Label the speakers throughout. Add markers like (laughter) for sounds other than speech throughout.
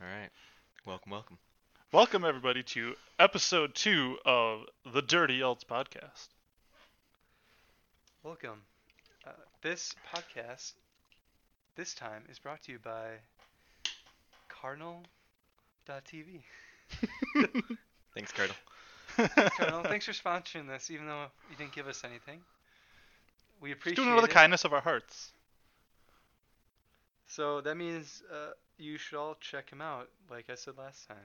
Speaker 1: right. Welcome, welcome.
Speaker 2: Welcome everybody to episode two of the Dirty Elts podcast.
Speaker 3: Welcome. Uh, this podcast, this time, is brought to you by Cardinal.tv.
Speaker 1: Thanks, Cardinal.
Speaker 3: Cardinal, thanks for sponsoring this, even though you didn't give us anything.
Speaker 2: (laughs)
Speaker 3: We
Speaker 2: Just
Speaker 3: appreciate
Speaker 2: doing it out of
Speaker 3: it.
Speaker 2: the kindness of our hearts.
Speaker 3: So that means uh, you should all check him out, like I said last time.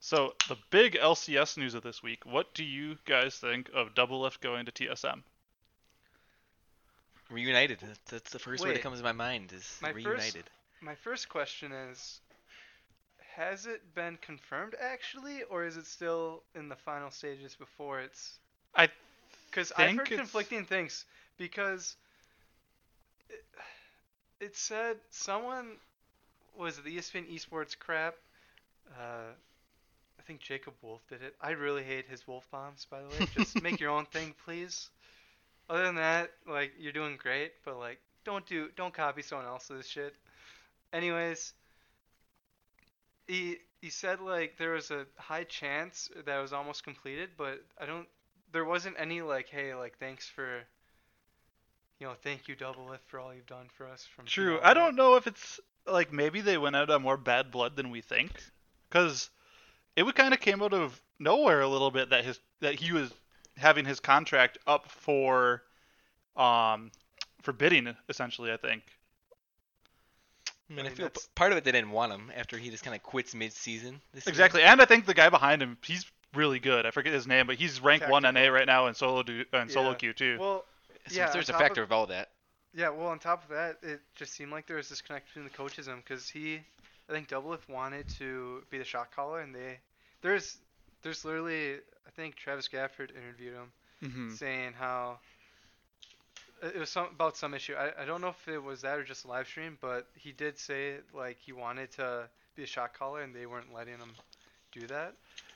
Speaker 2: So the big LCS news of this week. What do you guys think of Double Lift going to TSM?
Speaker 1: Reunited. That's, that's the first word that
Speaker 3: Wait.
Speaker 1: comes to my mind is
Speaker 3: My first-
Speaker 1: reunited.
Speaker 3: My first question is Has it been confirmed actually, or is it still in the final stages before it's.
Speaker 2: I
Speaker 3: Because I've
Speaker 2: think
Speaker 3: heard
Speaker 2: it's-
Speaker 3: conflicting things. Because it, it said someone was it the E ESPN esports crap. Uh, I think Jacob Wolf did it. I really hate his wolf bombs, by the way. Just make your own thing, please. Other than that, like you're doing great, but like don't do don't copy someone else's shit. Anyways, he he said like there was a high chance that it was almost completed, but I don't there wasn't any like hey like thanks for you know thank you double lift for all you've done for us from
Speaker 2: True.
Speaker 3: T1."
Speaker 2: I don't know if it's like maybe they went out on more bad blood than we think, because it would kind of came out of nowhere a little bit that his that he was having his contract up for, um, for bidding essentially. I think.
Speaker 1: And I,
Speaker 3: mean,
Speaker 1: feel p-
Speaker 3: that's-
Speaker 1: part of it they didn't want him after he just kind of quits mid-season. This year.
Speaker 2: Exactly, and I think the guy behind him, he's really good. I forget his name, but he's ranked one NA right now in solo du- uh, in solo
Speaker 3: Yeah.
Speaker 2: Q2.
Speaker 3: well
Speaker 1: So
Speaker 3: Yeah,
Speaker 1: there's
Speaker 3: on
Speaker 1: a
Speaker 3: top
Speaker 1: factor
Speaker 3: of-
Speaker 1: of, all that.
Speaker 3: Yeah, well, on top of that, it just seemed like there was this connect between the coaches and because he, I think Doublelift wanted to be the shot caller, and they, there's, there's literally, I think Travis Gafford interviewed him
Speaker 2: Mhm.
Speaker 3: saying how it it was some about some issue. I, I don't know if it was that or just a live stream, but he did say like he wanted to be a shot caller, and they weren't letting him do that.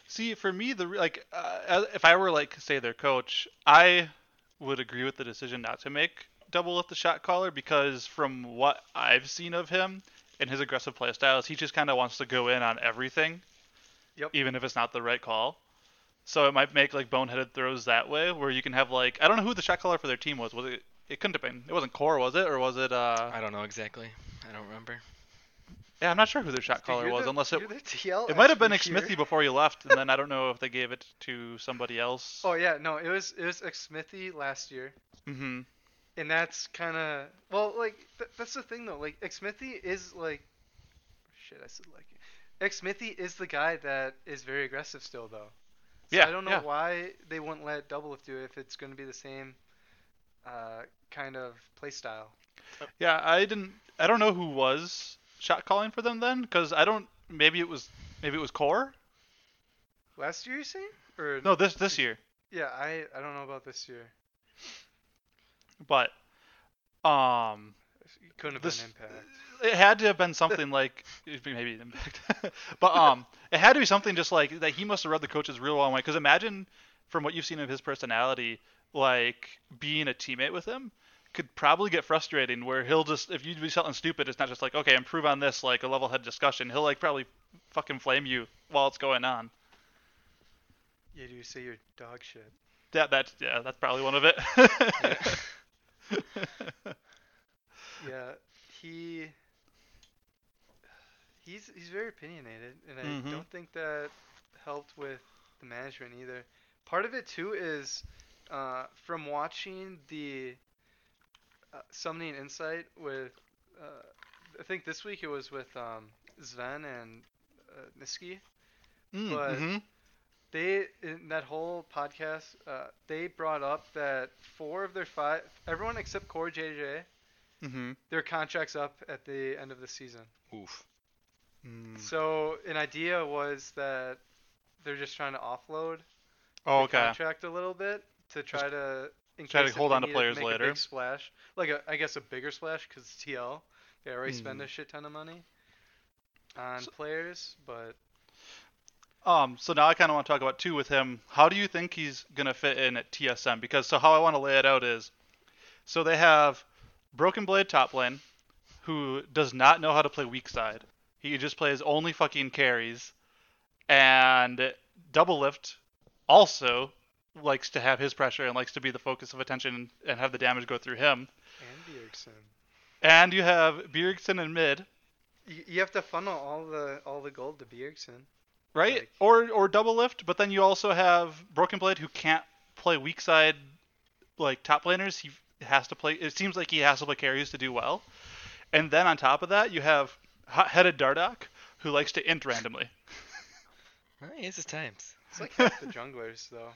Speaker 2: See, for me, the re- like, uh, as- if I were like, say, their coach, I would agree with the decision not to make double up the shot caller because from what I've seen of him and his aggressive play styles, he just kind of wants to go in on everything,
Speaker 3: Yep.
Speaker 2: even if it's not the right call. So it might make like boneheaded throws that way, where you can have like, I don't know who the shot caller for their team was. Was it? It couldn't have been. It wasn't Core, was it? Or was it? uh
Speaker 1: I don't know exactly. I don't remember.
Speaker 2: Yeah, I'm not sure who their shot
Speaker 3: Dude,
Speaker 2: caller
Speaker 3: you're
Speaker 2: was,
Speaker 3: the-
Speaker 2: unless it
Speaker 3: you're the TL
Speaker 2: it might have been
Speaker 3: expert here.
Speaker 2: Xmithy before he left, and then I don't know if they gave it to somebody else.
Speaker 3: Oh yeah, no, it was it was Xmithy last year.
Speaker 2: Mm-hmm.
Speaker 3: and that's kind of well like th- that's the thing though like xmithy is like shit i said like xmithy is the guy that is very aggressive still though so
Speaker 2: Yeah,
Speaker 3: i don't know
Speaker 2: yeah.
Speaker 3: why they wouldn't let double if do it if it's going to be the same uh, kind of play style
Speaker 2: Yeah, I didn't. I don't know who was shot calling for them then, because I don't. Maybe it was. Maybe it was Core.
Speaker 3: last year you saying or
Speaker 2: No, this this year.
Speaker 3: yeah i i don't know about this year
Speaker 2: But um,
Speaker 3: it couldn't have
Speaker 2: This-
Speaker 3: been impact
Speaker 2: it had to have been something like maybe an impact. (laughs) but um, it had to be something just like that. He must have read the coaches real long way. Because imagine from what you've seen of his personality, like being a teammate with him could probably get frustrating. Where he'll just if you do something stupid, it's not just like okay, improve on this, like a level head discussion. He'll like probably fucking flame you while it's going on.
Speaker 3: yeah do you say you're dog shit
Speaker 2: That that's yeah, that's probably one of it. (laughs)
Speaker 3: yeah he he's he's very opinionated and i
Speaker 2: Mhm.
Speaker 3: don't think that helped with the management either part of it too is uh, from watching the uh, summoning insight with uh, i think this week it was with um, sven and uh, niski
Speaker 2: Mm,
Speaker 3: But-
Speaker 2: mhm.
Speaker 3: they in that whole podcast uh, they brought up that four of their five everyone except core jj
Speaker 2: Mhm.
Speaker 3: their contracts up at the end of the season
Speaker 1: Oof.
Speaker 2: Mm.
Speaker 3: So an idea was that they're just trying to offload
Speaker 2: Oh,
Speaker 3: the
Speaker 2: okay.
Speaker 3: contract a little bit to try to in
Speaker 2: try to
Speaker 3: case if
Speaker 2: hold
Speaker 3: they
Speaker 2: on to
Speaker 3: need
Speaker 2: players
Speaker 3: make
Speaker 2: later.
Speaker 3: A big splash, like a, I guess a bigger splash because TL they already spend
Speaker 1: Hmm.
Speaker 3: a shit ton of money on
Speaker 2: So-
Speaker 3: players, but
Speaker 2: Um, so now I kind of want to talk about two with him. How do you think he's gonna fit in at TSM? Because so how I want to lay it out is, so they have Broken Blade top lane, who does not know how to play weak side. He just plays only fucking carries, and double lift also likes to have his pressure and likes to be the focus of attention and have the damage go through him.
Speaker 3: and Bjergsen.
Speaker 2: And you have Bjergsen in mid,
Speaker 3: You, you have to funnel all the all the gold to Bjergsen.
Speaker 2: right?
Speaker 3: Like-
Speaker 2: Or or double lift, but then you also have Broken Blade who can't play weak side like top laners. He has to play it seems like he has to play carries to do well. And then on top of that, you have hot-headed Dardock who likes to int randomly.
Speaker 1: Oh, he has his times.
Speaker 3: It's like
Speaker 2: (laughs)
Speaker 3: half the junglers though.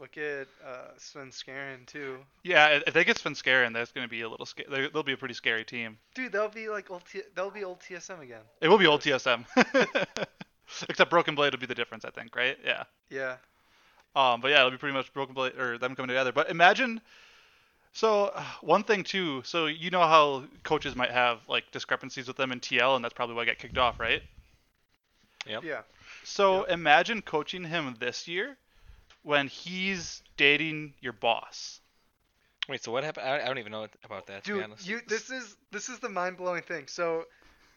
Speaker 3: Look at uh, Sven Skaren too.
Speaker 2: Yeah, if- if they get Svenskeren, that's going to be a little sca- they- they'll be a pretty scary team.
Speaker 3: Dude, that'll be like old. T- that'll be old TSM again.
Speaker 2: It will be old TSM. (laughs) Except Broken Blade will be the difference, I think, right? Yeah.
Speaker 3: Yeah.
Speaker 2: Um, but yeah, it'll be pretty much Broken Blade or them coming together. But imagine, so uh, one thing too. So you know how coaches might have like discrepancies with them in TL, and that's probably why I got kicked off, right?
Speaker 1: Yep.
Speaker 3: Yeah.
Speaker 2: So imagine coaching him this year when he's dating your boss.
Speaker 1: Wait, so what happened? I, I don't even know what- about that. to be
Speaker 3: Dude,
Speaker 1: honest.
Speaker 3: you this is this is the mind blowing thing. So,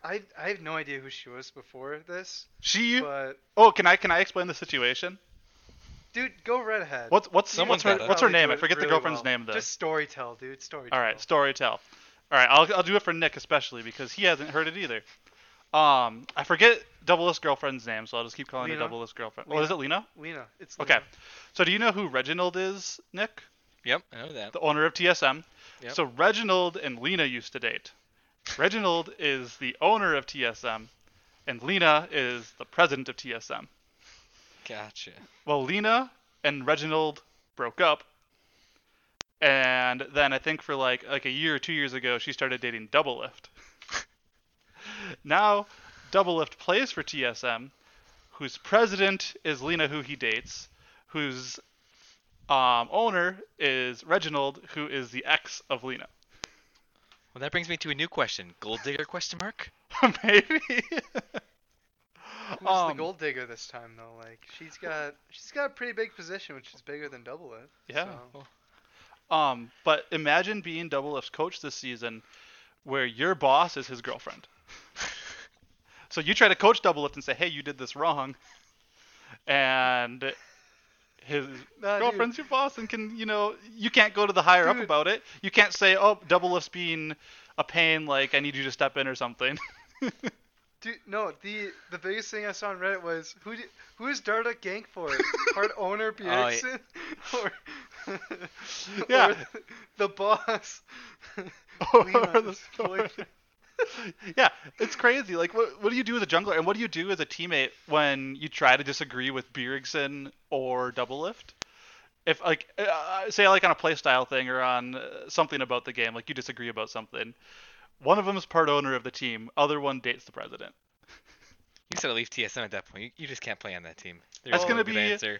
Speaker 3: I I have no idea who she was before this,
Speaker 2: She.
Speaker 3: but
Speaker 2: Oh, can I can I explain the situation?
Speaker 3: dude, go right ahead.
Speaker 2: What's what's
Speaker 1: Someone's
Speaker 2: what's her,
Speaker 1: gotta-
Speaker 2: what's her
Speaker 3: Probably
Speaker 2: name?
Speaker 3: do
Speaker 2: I
Speaker 3: it
Speaker 2: forget the
Speaker 3: really
Speaker 2: girlfriend's
Speaker 3: well.
Speaker 2: name though.
Speaker 3: Just storytell, dude. Storytell.
Speaker 2: All right, story tell. All right, I'll, I'll do it for Nick especially because he hasn't heard it either. Um, I forget Double List girlfriend's name, so I'll just keep calling her
Speaker 3: Lena?
Speaker 2: Double List girlfriend. Well, is it Lena?
Speaker 3: Lena, it's
Speaker 2: Okay.
Speaker 3: Lena.
Speaker 2: So do you know who Reginald is, Nick?
Speaker 1: Yep, I know that.
Speaker 2: The owner of TSM.
Speaker 1: Yep.
Speaker 2: So Reginald and Lena used to date. Reginald is the owner of TSM, and Lena is the president of TSM.
Speaker 1: Gotcha.
Speaker 2: Well, Lena and Reginald broke up, and then I think for like like a year or two years ago, she started dating Double Lift. (laughs) now, Double Lift plays for TSM, whose president is Lena, who he dates, whose um, owner is Reginald, who is the ex of Lena. (laughs)
Speaker 1: Well, that brings me to a new question. Gold digger question mark? (laughs)
Speaker 2: Maybe. (laughs)
Speaker 3: Who's the
Speaker 2: Um,
Speaker 3: gold digger this time though? Like she's got she's got a pretty big position, which is bigger than double it.
Speaker 2: Yeah.
Speaker 3: So.
Speaker 2: Um, but imagine being Double Lift's coach this season, where your boss is his girlfriend. so you try to coach Double Lift and say, "Hey, you did this wrong," and his
Speaker 3: Nah, dude.
Speaker 2: girlfriend's your boss, and can you know you can't go to the higher up
Speaker 3: Dude.
Speaker 2: about it. You can't say, "Oh, Double Lift's being a pain. Like I need you to step in or something." (laughs)
Speaker 3: Dude, no. The the biggest thing I saw on Reddit was who do, who is Darda gank for? Part owner
Speaker 2: Oh,
Speaker 1: yeah.
Speaker 3: Bjergsen, (laughs) or
Speaker 2: Yeah.
Speaker 3: or (laughs) the boss.
Speaker 2: (laughs) Or
Speaker 3: Lena
Speaker 2: the
Speaker 3: is going-
Speaker 2: yeah, it's crazy. Like, what, what do you do as a jungler, and what do you do as a teammate when you try to disagree with Bjergsen or Double Lift? If like, uh, say like on a playstyle thing or on uh, something about the game, like you disagree about something, one of them is part owner of the team, other one dates the president.
Speaker 1: You said leave TSM at that point. You, you just can't play on that team. There's
Speaker 2: That's
Speaker 1: no
Speaker 2: gonna
Speaker 1: good
Speaker 2: be-
Speaker 1: answer.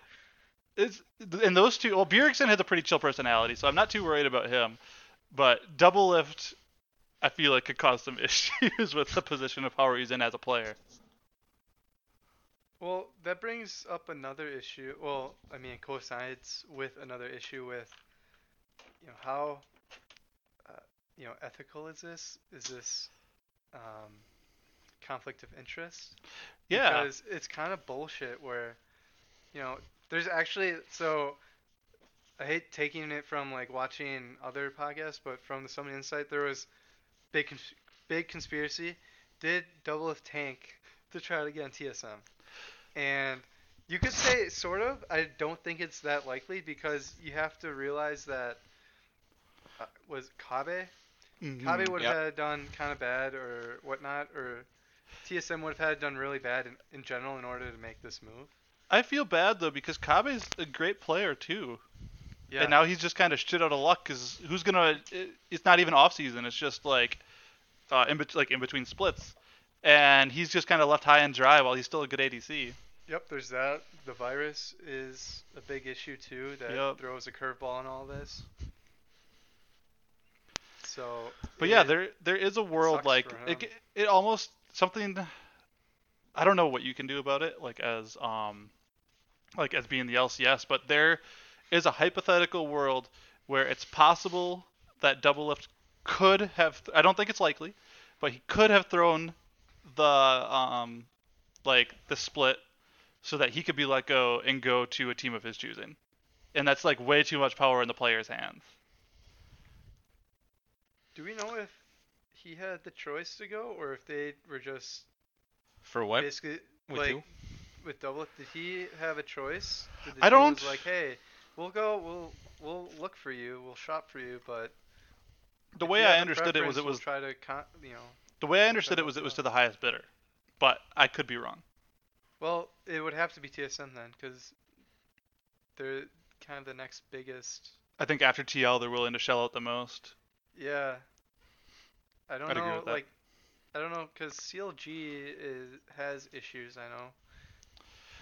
Speaker 2: It's, and those two, well, Bjergsen has a pretty chill personality, so I'm not too worried about him. But Double Lift, I feel like could cause some (laughs) issues with the position of power he's in as a player.
Speaker 3: (laughs) Well, that brings up another issue. Well, I mean, it coincides with another issue with, you know, how, uh, you know, ethical is this? Is this um, conflict of interest?
Speaker 2: Yeah.
Speaker 3: Because it's kind of bullshit where, you know, there's actually, so I hate taking it from like watching other podcasts, but from the Summit Insight, there was big, cons- big conspiracy. Did Double Lift tank to try to get on TSM? And you could say sort of. I don't think it's that likely because you have to realize that uh, was Kabe
Speaker 2: Mm,
Speaker 3: Kabe would have
Speaker 1: Yep.
Speaker 3: had it done kind of bad or whatnot, or TSM would have had it done really bad in, in general in order to make this move.
Speaker 2: I feel bad though because Kabe's a great player too,
Speaker 3: Yeah.
Speaker 2: and now he's just kind of shit out of luck because who's gonna? It, it's not even off season. It's just like, uh, in bet- like in between splits, and he's just kind of left high and dry while he's still a good ADC.
Speaker 3: yep, there's that. The virus is a big issue too that
Speaker 2: Yep.
Speaker 3: throws a curveball in all this. So. eh,
Speaker 2: But yeah,
Speaker 3: it-
Speaker 2: there there is a world
Speaker 3: sucks
Speaker 2: like
Speaker 3: for him.
Speaker 2: it, it almost something. I don't know what you can do about it, like as um, like as being the LCS, but there is a hypothetical world where it's possible that double lift could have. I don't think it's likely, but he could have thrown the um like the split so that he could be let go and go to a team of his choosing. And that's like way too much power in the player's hands.
Speaker 3: Do we know if he had the choice to go or if they were just
Speaker 1: For what?
Speaker 3: basically
Speaker 1: With
Speaker 3: like
Speaker 1: who?
Speaker 3: with Doublick? Did he have a choice? Did
Speaker 2: I
Speaker 3: team was
Speaker 2: don't-
Speaker 3: like, hey, we'll go, we'll we'll look for you, we'll shop for you, but
Speaker 2: The
Speaker 3: if
Speaker 2: way
Speaker 3: you have
Speaker 2: I
Speaker 3: a
Speaker 2: understood it was
Speaker 3: preference,
Speaker 2: it
Speaker 3: we'll
Speaker 2: was
Speaker 3: try to con- you know.
Speaker 2: the way I understood it was it was to the highest bidder. But I could be wrong.
Speaker 3: Well, it would have to be TSM then, because they're kind of the next biggest.
Speaker 2: I think after TL they're willing to shell out the most.
Speaker 3: Yeah. I don't
Speaker 2: I'd agree
Speaker 3: know,
Speaker 2: with that.
Speaker 3: like, I don't know, because CLG is has issues. I know.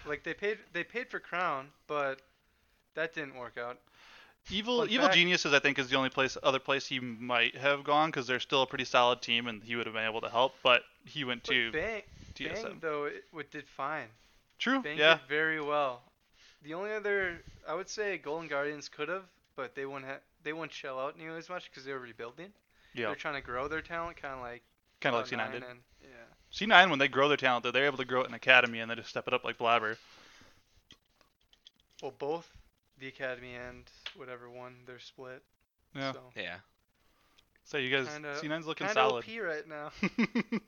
Speaker 3: Like they paid, they paid for Crown, but that didn't work out.
Speaker 2: Evil
Speaker 3: Fun
Speaker 2: Evil
Speaker 3: fact-
Speaker 2: Geniuses, I think, is the only place other place he might have gone because they're still a pretty solid team and he would have been able to help. But he went
Speaker 3: But
Speaker 2: to
Speaker 3: Bang,
Speaker 2: TSM.
Speaker 3: Bang though, it, it did fine.
Speaker 2: True.
Speaker 3: Bang
Speaker 2: yeah.
Speaker 3: did very well. The only other, I would say, Golden Guardians could have, but they wouldn't. Ha- they wouldn't shell out nearly as much because they were rebuilding.
Speaker 2: Yeah.
Speaker 3: They're trying to grow their talent, kind of like
Speaker 2: Kind of
Speaker 3: Cloud
Speaker 2: like C9 did.
Speaker 3: Nine and- yeah.
Speaker 2: C9, when they grow their talent, though, they're able to grow it in academy and they just step it up like Blabber.
Speaker 3: Well, both the academy and whatever one they're split.
Speaker 2: Yeah.
Speaker 3: So.
Speaker 1: Yeah.
Speaker 2: So you guys,
Speaker 3: Kinda-
Speaker 2: C9's looking
Speaker 3: Kind of
Speaker 2: solid.
Speaker 3: OP right now.
Speaker 2: (laughs) but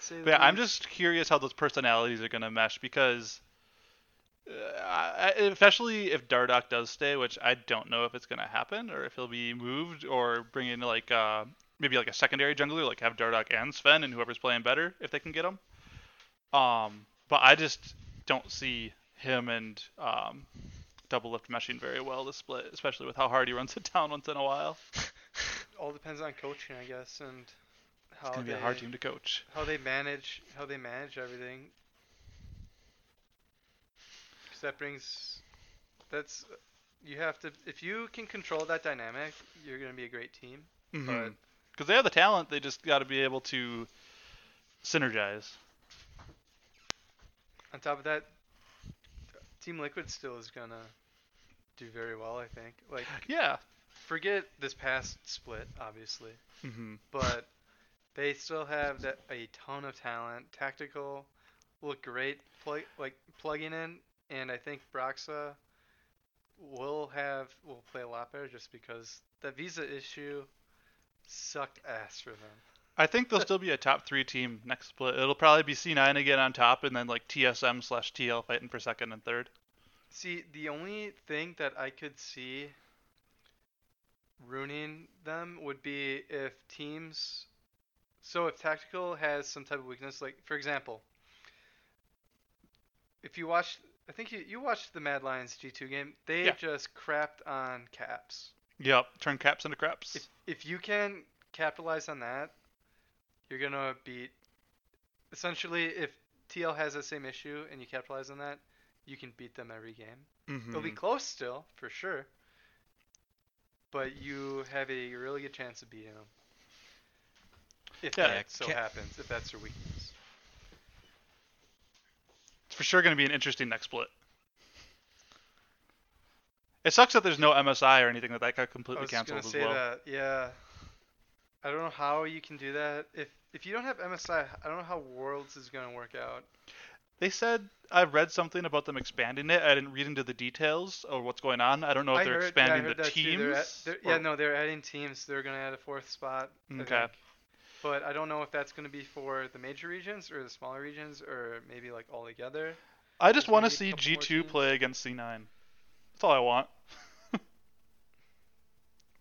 Speaker 3: say the
Speaker 2: yeah, I'm
Speaker 3: least.
Speaker 2: just curious how those personalities are gonna mesh because, uh, I, I- especially if Dardock does stay, which I don't know if it's gonna happen or if he'll be moved or bring in like uh, maybe like a secondary jungler, like have Dardock and Sven and whoever's playing better if they can get him. Um, but I just don't see him and um, double lift meshing very well this split, especially with how hard he runs it (laughs) down once in a while.
Speaker 3: all depends on coaching, I guess, and how
Speaker 2: It's gonna
Speaker 3: they
Speaker 2: be a hard team to coach.
Speaker 3: how they manage how they manage everything. Because that brings, that's you have to if you can control that dynamic, you're gonna be a great team.
Speaker 2: Because they have the talent, they just got to be able to synergize.
Speaker 3: On top of that, Team Liquid still is gonna do very well, I think. Like
Speaker 2: Yeah.
Speaker 3: forget this past split, obviously,
Speaker 2: Mm-hmm.
Speaker 3: but they still have that, a ton of talent. Tactical look great, plug, like plugging in, and I think Broxa will have will play a lot better just because that visa issue sucked ass for them.
Speaker 2: I think they'll still be a top three team next split. It'll probably be C9 again on top, and then like TSM slash TL fighting for second and third.
Speaker 3: See, the only thing that I could see ruining them would be if teams. So, if tactical has some type of weakness, like, for example, if you watch. I think you, you watched the Mad Lions G2 game, they
Speaker 2: Yeah.
Speaker 3: just crapped on caps.
Speaker 2: Yep. Turn caps into craps.
Speaker 3: If, if you can capitalize on that, you're going to beat. Essentially, if TL has the same issue and you capitalize on that, you can beat them every game.
Speaker 2: Mm-hmm.
Speaker 3: It'll
Speaker 2: Hmm.
Speaker 3: be close still, for sure. But you have a really good chance of beating them. If
Speaker 2: Yeah,
Speaker 1: yeah,
Speaker 3: that so
Speaker 1: ca-
Speaker 3: happens, if that's your weakness.
Speaker 2: It's for sure going to be an interesting next split. It sucks that there's no MSI or anything that that got
Speaker 3: I
Speaker 2: completely
Speaker 3: was just
Speaker 2: canceled
Speaker 3: gonna
Speaker 2: as
Speaker 3: say
Speaker 2: well.
Speaker 3: that, yeah. I don't know how you can do that. If if you don't have MSI, I don't know how Worlds is gonna work out.
Speaker 2: They said I read something about them expanding it. I didn't read into the details or what's going on. I don't know if
Speaker 3: I
Speaker 2: Oh, they're
Speaker 3: heard,
Speaker 2: expanding
Speaker 3: yeah, I heard
Speaker 2: the
Speaker 3: that
Speaker 2: teams.
Speaker 3: Too. They're at- they're- yeah,
Speaker 2: or-
Speaker 3: no, they're adding teams. They're gonna add a fourth spot. I
Speaker 2: Okay.
Speaker 3: think. But I don't know if that's gonna be for the major regions or the smaller regions or maybe like all together.
Speaker 2: I just
Speaker 3: There's
Speaker 2: want to
Speaker 3: maybe a
Speaker 2: see
Speaker 3: couple
Speaker 2: G2
Speaker 3: more teams.
Speaker 2: play against C9. That's all I want.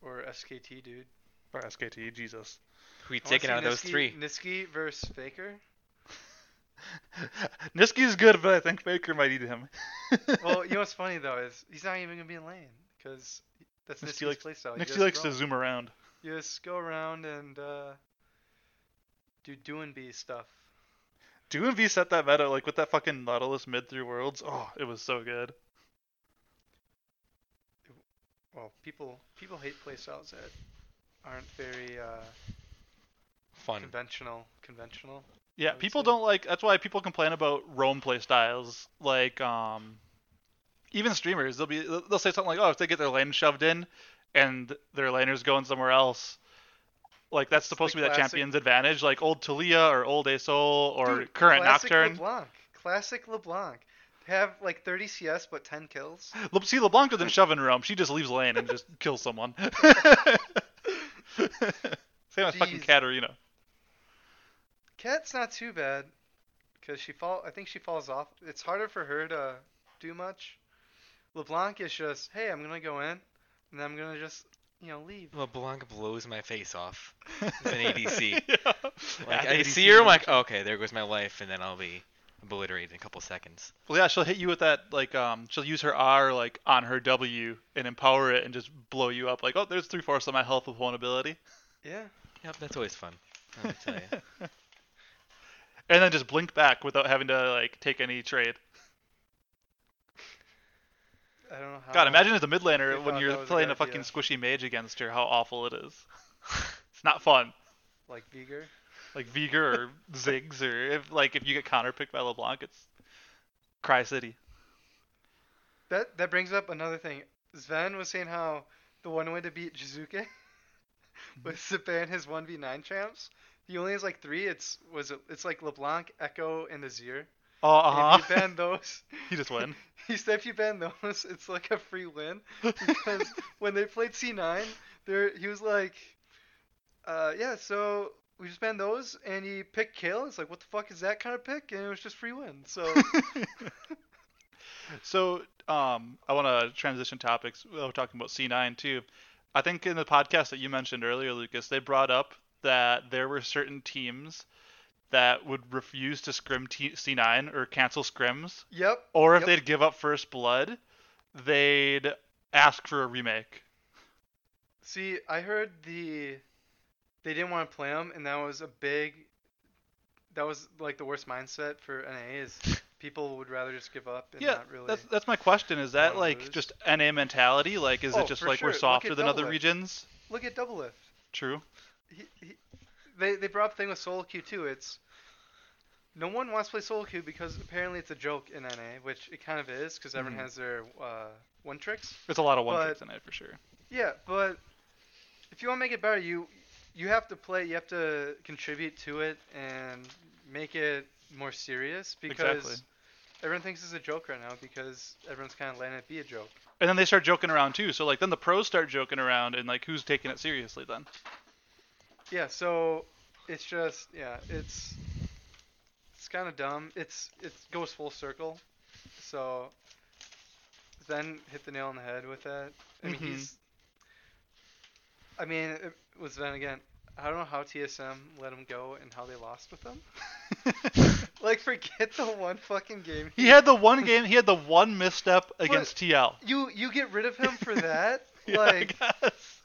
Speaker 3: Or SKT, dude.
Speaker 2: Or SKT,
Speaker 3: (laughs)
Speaker 2: Jesus.
Speaker 1: Who you
Speaker 3: I wanna
Speaker 1: taking
Speaker 3: see
Speaker 1: out of those
Speaker 3: Niski-
Speaker 1: three?
Speaker 3: Niski versus Faker.
Speaker 2: Niski's good, but I think Faker might eat him.
Speaker 3: (laughs) Well, you know what's funny though is he's not even gonna be in lane because that's
Speaker 2: Niski
Speaker 3: Niski's
Speaker 2: likes-
Speaker 3: playstyle. You
Speaker 2: Nixie
Speaker 3: just
Speaker 2: likes
Speaker 3: roam.
Speaker 2: to zoom around.
Speaker 3: You just go around and uh, do doing B stuff.
Speaker 2: Do and V set that meta like with that fucking Nautilus mid through worlds. Oh, it was so good.
Speaker 3: Well, people people hate playstyles that aren't very uh,
Speaker 1: Fun.
Speaker 3: conventional. Conventional.
Speaker 2: Yeah,
Speaker 3: would
Speaker 2: people
Speaker 3: say.
Speaker 2: don't like. That's why people complain about Rome play styles. Like, um, even streamers, they'll be they'll they'll say something like, "Oh, if they get their lane shoved in, and their laners going somewhere else, Like that's supposed to be that
Speaker 3: classic-
Speaker 2: champion's advantage, like old Talia or old Aesol or
Speaker 3: Dude,
Speaker 2: current
Speaker 3: classic
Speaker 2: Nocturne.
Speaker 3: LeBlanc. Classic LeBlanc. Have like 30 CS but 10 kills.
Speaker 2: Le- See, LeBlanc
Speaker 3: (laughs)
Speaker 2: doesn't shove in room. She just leaves lane and just kills someone. (laughs) Same as fucking
Speaker 3: Jeez.
Speaker 2: Katarina.
Speaker 3: Cat's not too bad, cause she fall. I think she falls off. It's harder for her to do much. LeBlanc is just, hey, I'm gonna go in, and I'm gonna just, you know, leave.
Speaker 1: LeBlanc blows my face (laughs) off. It's an ADC.
Speaker 2: (laughs) Yeah.
Speaker 1: Like,
Speaker 2: Yeah,
Speaker 1: I
Speaker 2: ADC,
Speaker 1: see her, I'm
Speaker 2: yeah.
Speaker 1: like, oh, okay, there goes my life, and then I'll be obliterated in a couple seconds.
Speaker 2: Well, yeah, she'll hit you with that like um, she'll use her R like on her W and empower it and just blow you up. Like, oh, there's three fourths of my health with one ability,
Speaker 3: (laughs) Yeah.
Speaker 1: Yep, that's always fun. I'll tell
Speaker 3: (laughs)
Speaker 1: you.
Speaker 2: (laughs) and then just blink back without having to like take any trade.
Speaker 3: I don't know how.
Speaker 2: God, imagine as a mid
Speaker 3: They
Speaker 2: laner when
Speaker 3: Oh. thought
Speaker 2: you're
Speaker 3: that was a
Speaker 2: playing
Speaker 3: good
Speaker 2: a fucking
Speaker 3: idea.
Speaker 2: squishy mage against her, how awful it is. (laughs) it's not fun.
Speaker 3: Like Viger.
Speaker 2: Like Vigor
Speaker 3: (laughs)
Speaker 2: or Ziggs or if like if you get counterpicked by LeBlanc, it's Cry City.
Speaker 3: That that brings up another thing. Sven was saying how the one way to beat (laughs) Jizuke was to ban his one v nine champs. He only has like three. It's was it, it's like LeBlanc, Echo, and Azir.
Speaker 2: Oh, uh
Speaker 3: And If you
Speaker 2: huh.
Speaker 3: ban those,
Speaker 2: (laughs)
Speaker 3: (laughs)
Speaker 2: you just win.
Speaker 3: He said if you ban those, it's like a free win. Because when they played C9, there he was like, uh, yeah, so we just banned those, and he picked Kale. It's like, what the fuck is that kind of pick? And it was just free win. So
Speaker 2: (laughs) So, um, I want to transition topics. We're talking about C9 too. I think in the podcast that you mentioned earlier, Lucas, they brought up that there were certain teams that would refuse to scrim t- C9 or cancel scrims,
Speaker 3: yep,
Speaker 2: or if
Speaker 3: Yep.
Speaker 2: they'd give up first blood, they'd ask for a remake.
Speaker 3: See, I heard the they didn't want to play him, and that was a big. That was like the worst mindset for
Speaker 2: (laughs)
Speaker 3: NA is people would rather just give up and
Speaker 2: yeah,
Speaker 3: not really.
Speaker 2: that's that's my question. Is that
Speaker 3: wanna
Speaker 2: like
Speaker 3: lose.
Speaker 2: just NA mentality? Like, is
Speaker 3: Oh,
Speaker 2: it just
Speaker 3: for
Speaker 2: like
Speaker 3: sure.
Speaker 2: we're
Speaker 3: Look
Speaker 2: softer
Speaker 3: at
Speaker 2: than other
Speaker 3: Doublelift.
Speaker 2: regions?
Speaker 3: Look at Double Lift.
Speaker 2: True.
Speaker 3: He, he, they they brought up the thing with solo queue too. It's no one wants to play solo queue because apparently it's a joke in NA, which it kind of is because everyone
Speaker 2: Mhm.
Speaker 3: has their uh, one tricks.
Speaker 2: There's a lot of one
Speaker 3: But-
Speaker 2: tricks in it for sure.
Speaker 3: Yeah, but if you want to make it better, you you have to play. You have to contribute to it and make it more serious because
Speaker 2: Exactly.
Speaker 3: everyone thinks it's a joke right now because everyone's kind of letting it be a joke.
Speaker 2: And then they start joking around too. So like then the pros start joking around and like who's taking it seriously then? (laughs)
Speaker 3: Yeah, so it's just yeah, it's it's kind of dumb. It's it goes full circle. So then hit the nail on the head with that. I mean,
Speaker 2: Mhm.
Speaker 3: he's I mean, it was then again. I don't know how TSM let him go and how they lost with him. (laughs) Like, forget the one fucking game.
Speaker 2: he had the
Speaker 3: (laughs)
Speaker 2: one game. He had the one misstep against TL.
Speaker 3: You you get rid of him for that?
Speaker 2: (laughs) Yeah, I
Speaker 3: like
Speaker 2: guess.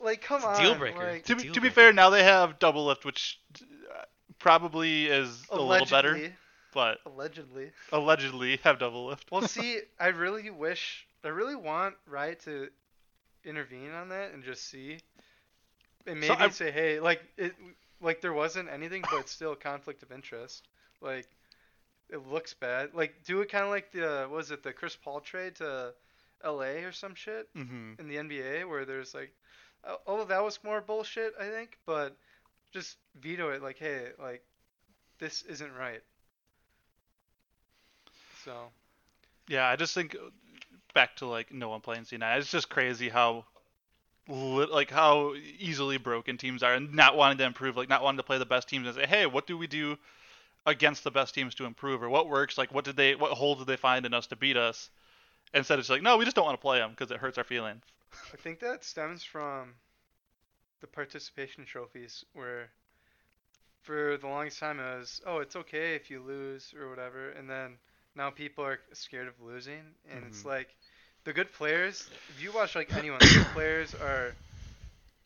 Speaker 3: like come
Speaker 1: It's
Speaker 3: on.
Speaker 1: a deal breaker.
Speaker 3: Like,
Speaker 2: to,
Speaker 1: a
Speaker 2: be,
Speaker 1: deal
Speaker 2: to be
Speaker 1: breaker.
Speaker 2: fair, now they have double lift, which uh, probably is a little better,
Speaker 3: allegedly-
Speaker 2: but
Speaker 3: Allegedly.
Speaker 2: allegedly have double lift.
Speaker 3: Well, see, I really wish, I really want Riot to intervene on that and just see, and maybe
Speaker 2: So I-
Speaker 3: say, hey, like it, like there wasn't anything, but it's still a conflict of interest. Like, it looks bad. Like, do it kind of like the uh, what was it the Chris Paul trade to L.A. or some shit
Speaker 2: hmm
Speaker 3: in the NBA where there's like, uh, although that was more bullshit, I think, but just veto it. Like, hey, like this isn't right. So.
Speaker 2: Yeah, I just think uh, back to like no one playing C9. It's just crazy how li- like how easily broken teams are and not wanting to improve, like not wanting to play the best teams and say, "Hey, what do we do against the best teams to improve or what works? Like what did they what hole did they find in us to beat us?" Instead it's like, "No, we just don't want to play them because it hurts our feelings."
Speaker 3: I think that stems from the participation trophies, where for the longest time it was, oh, it's okay if you lose or whatever, and then now people are scared of losing, and it's
Speaker 1: Mhm.
Speaker 2: Mm-hmm.
Speaker 3: like the good players. If you watch like anyone, the good players are,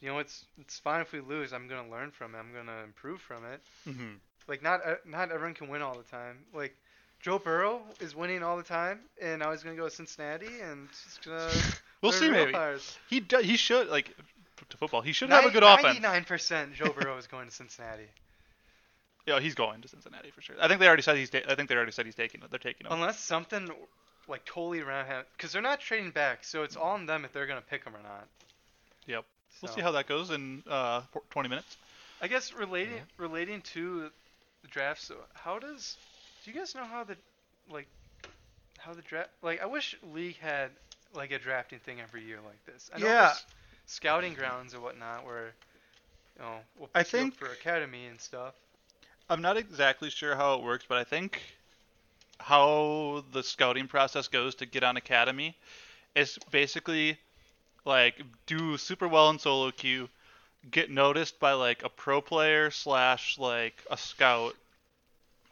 Speaker 3: you know, it's it's fine if we lose. I'm gonna learn from it. I'm gonna improve from it.
Speaker 2: Mhm.
Speaker 3: Like not e- not everyone can win all the time. Like Joe Burrow is winning all the time, and now he's gonna go to Cincinnati, and he's gonna.
Speaker 2: We'll
Speaker 3: learn
Speaker 2: see
Speaker 3: real
Speaker 2: maybe.
Speaker 3: hard.
Speaker 2: He do, he should like f- to football. He should have a good offense.
Speaker 3: Ninety-nine
Speaker 2: (laughs)
Speaker 3: percent. Joe Burrow is going to Cincinnati,
Speaker 2: Yeah, he's going to Cincinnati for sure. I think they already said he's. Ta- I think they already said he's taking. it. They're taking him.
Speaker 3: unless something like totally around him, because they're not trading back, so it's all on them if they're going to pick him or not.
Speaker 2: Yep. We'll
Speaker 3: So-
Speaker 2: see how that goes in uh, for- 20 minutes.
Speaker 3: I guess relating
Speaker 1: Yeah.
Speaker 3: relating to the draft. So how does do you guys know how the like how the draft like I wish league had like a drafting thing every year like this. I know
Speaker 2: Yeah.
Speaker 3: there's Scouting grounds and whatnot where you know we'll
Speaker 2: I
Speaker 3: pick you up
Speaker 2: think-
Speaker 3: for academy and stuff.
Speaker 2: I'm not exactly sure how it works, but I think how the scouting process goes to get on Academy is basically like do super well in solo queue, get noticed by like a pro player slash like a scout,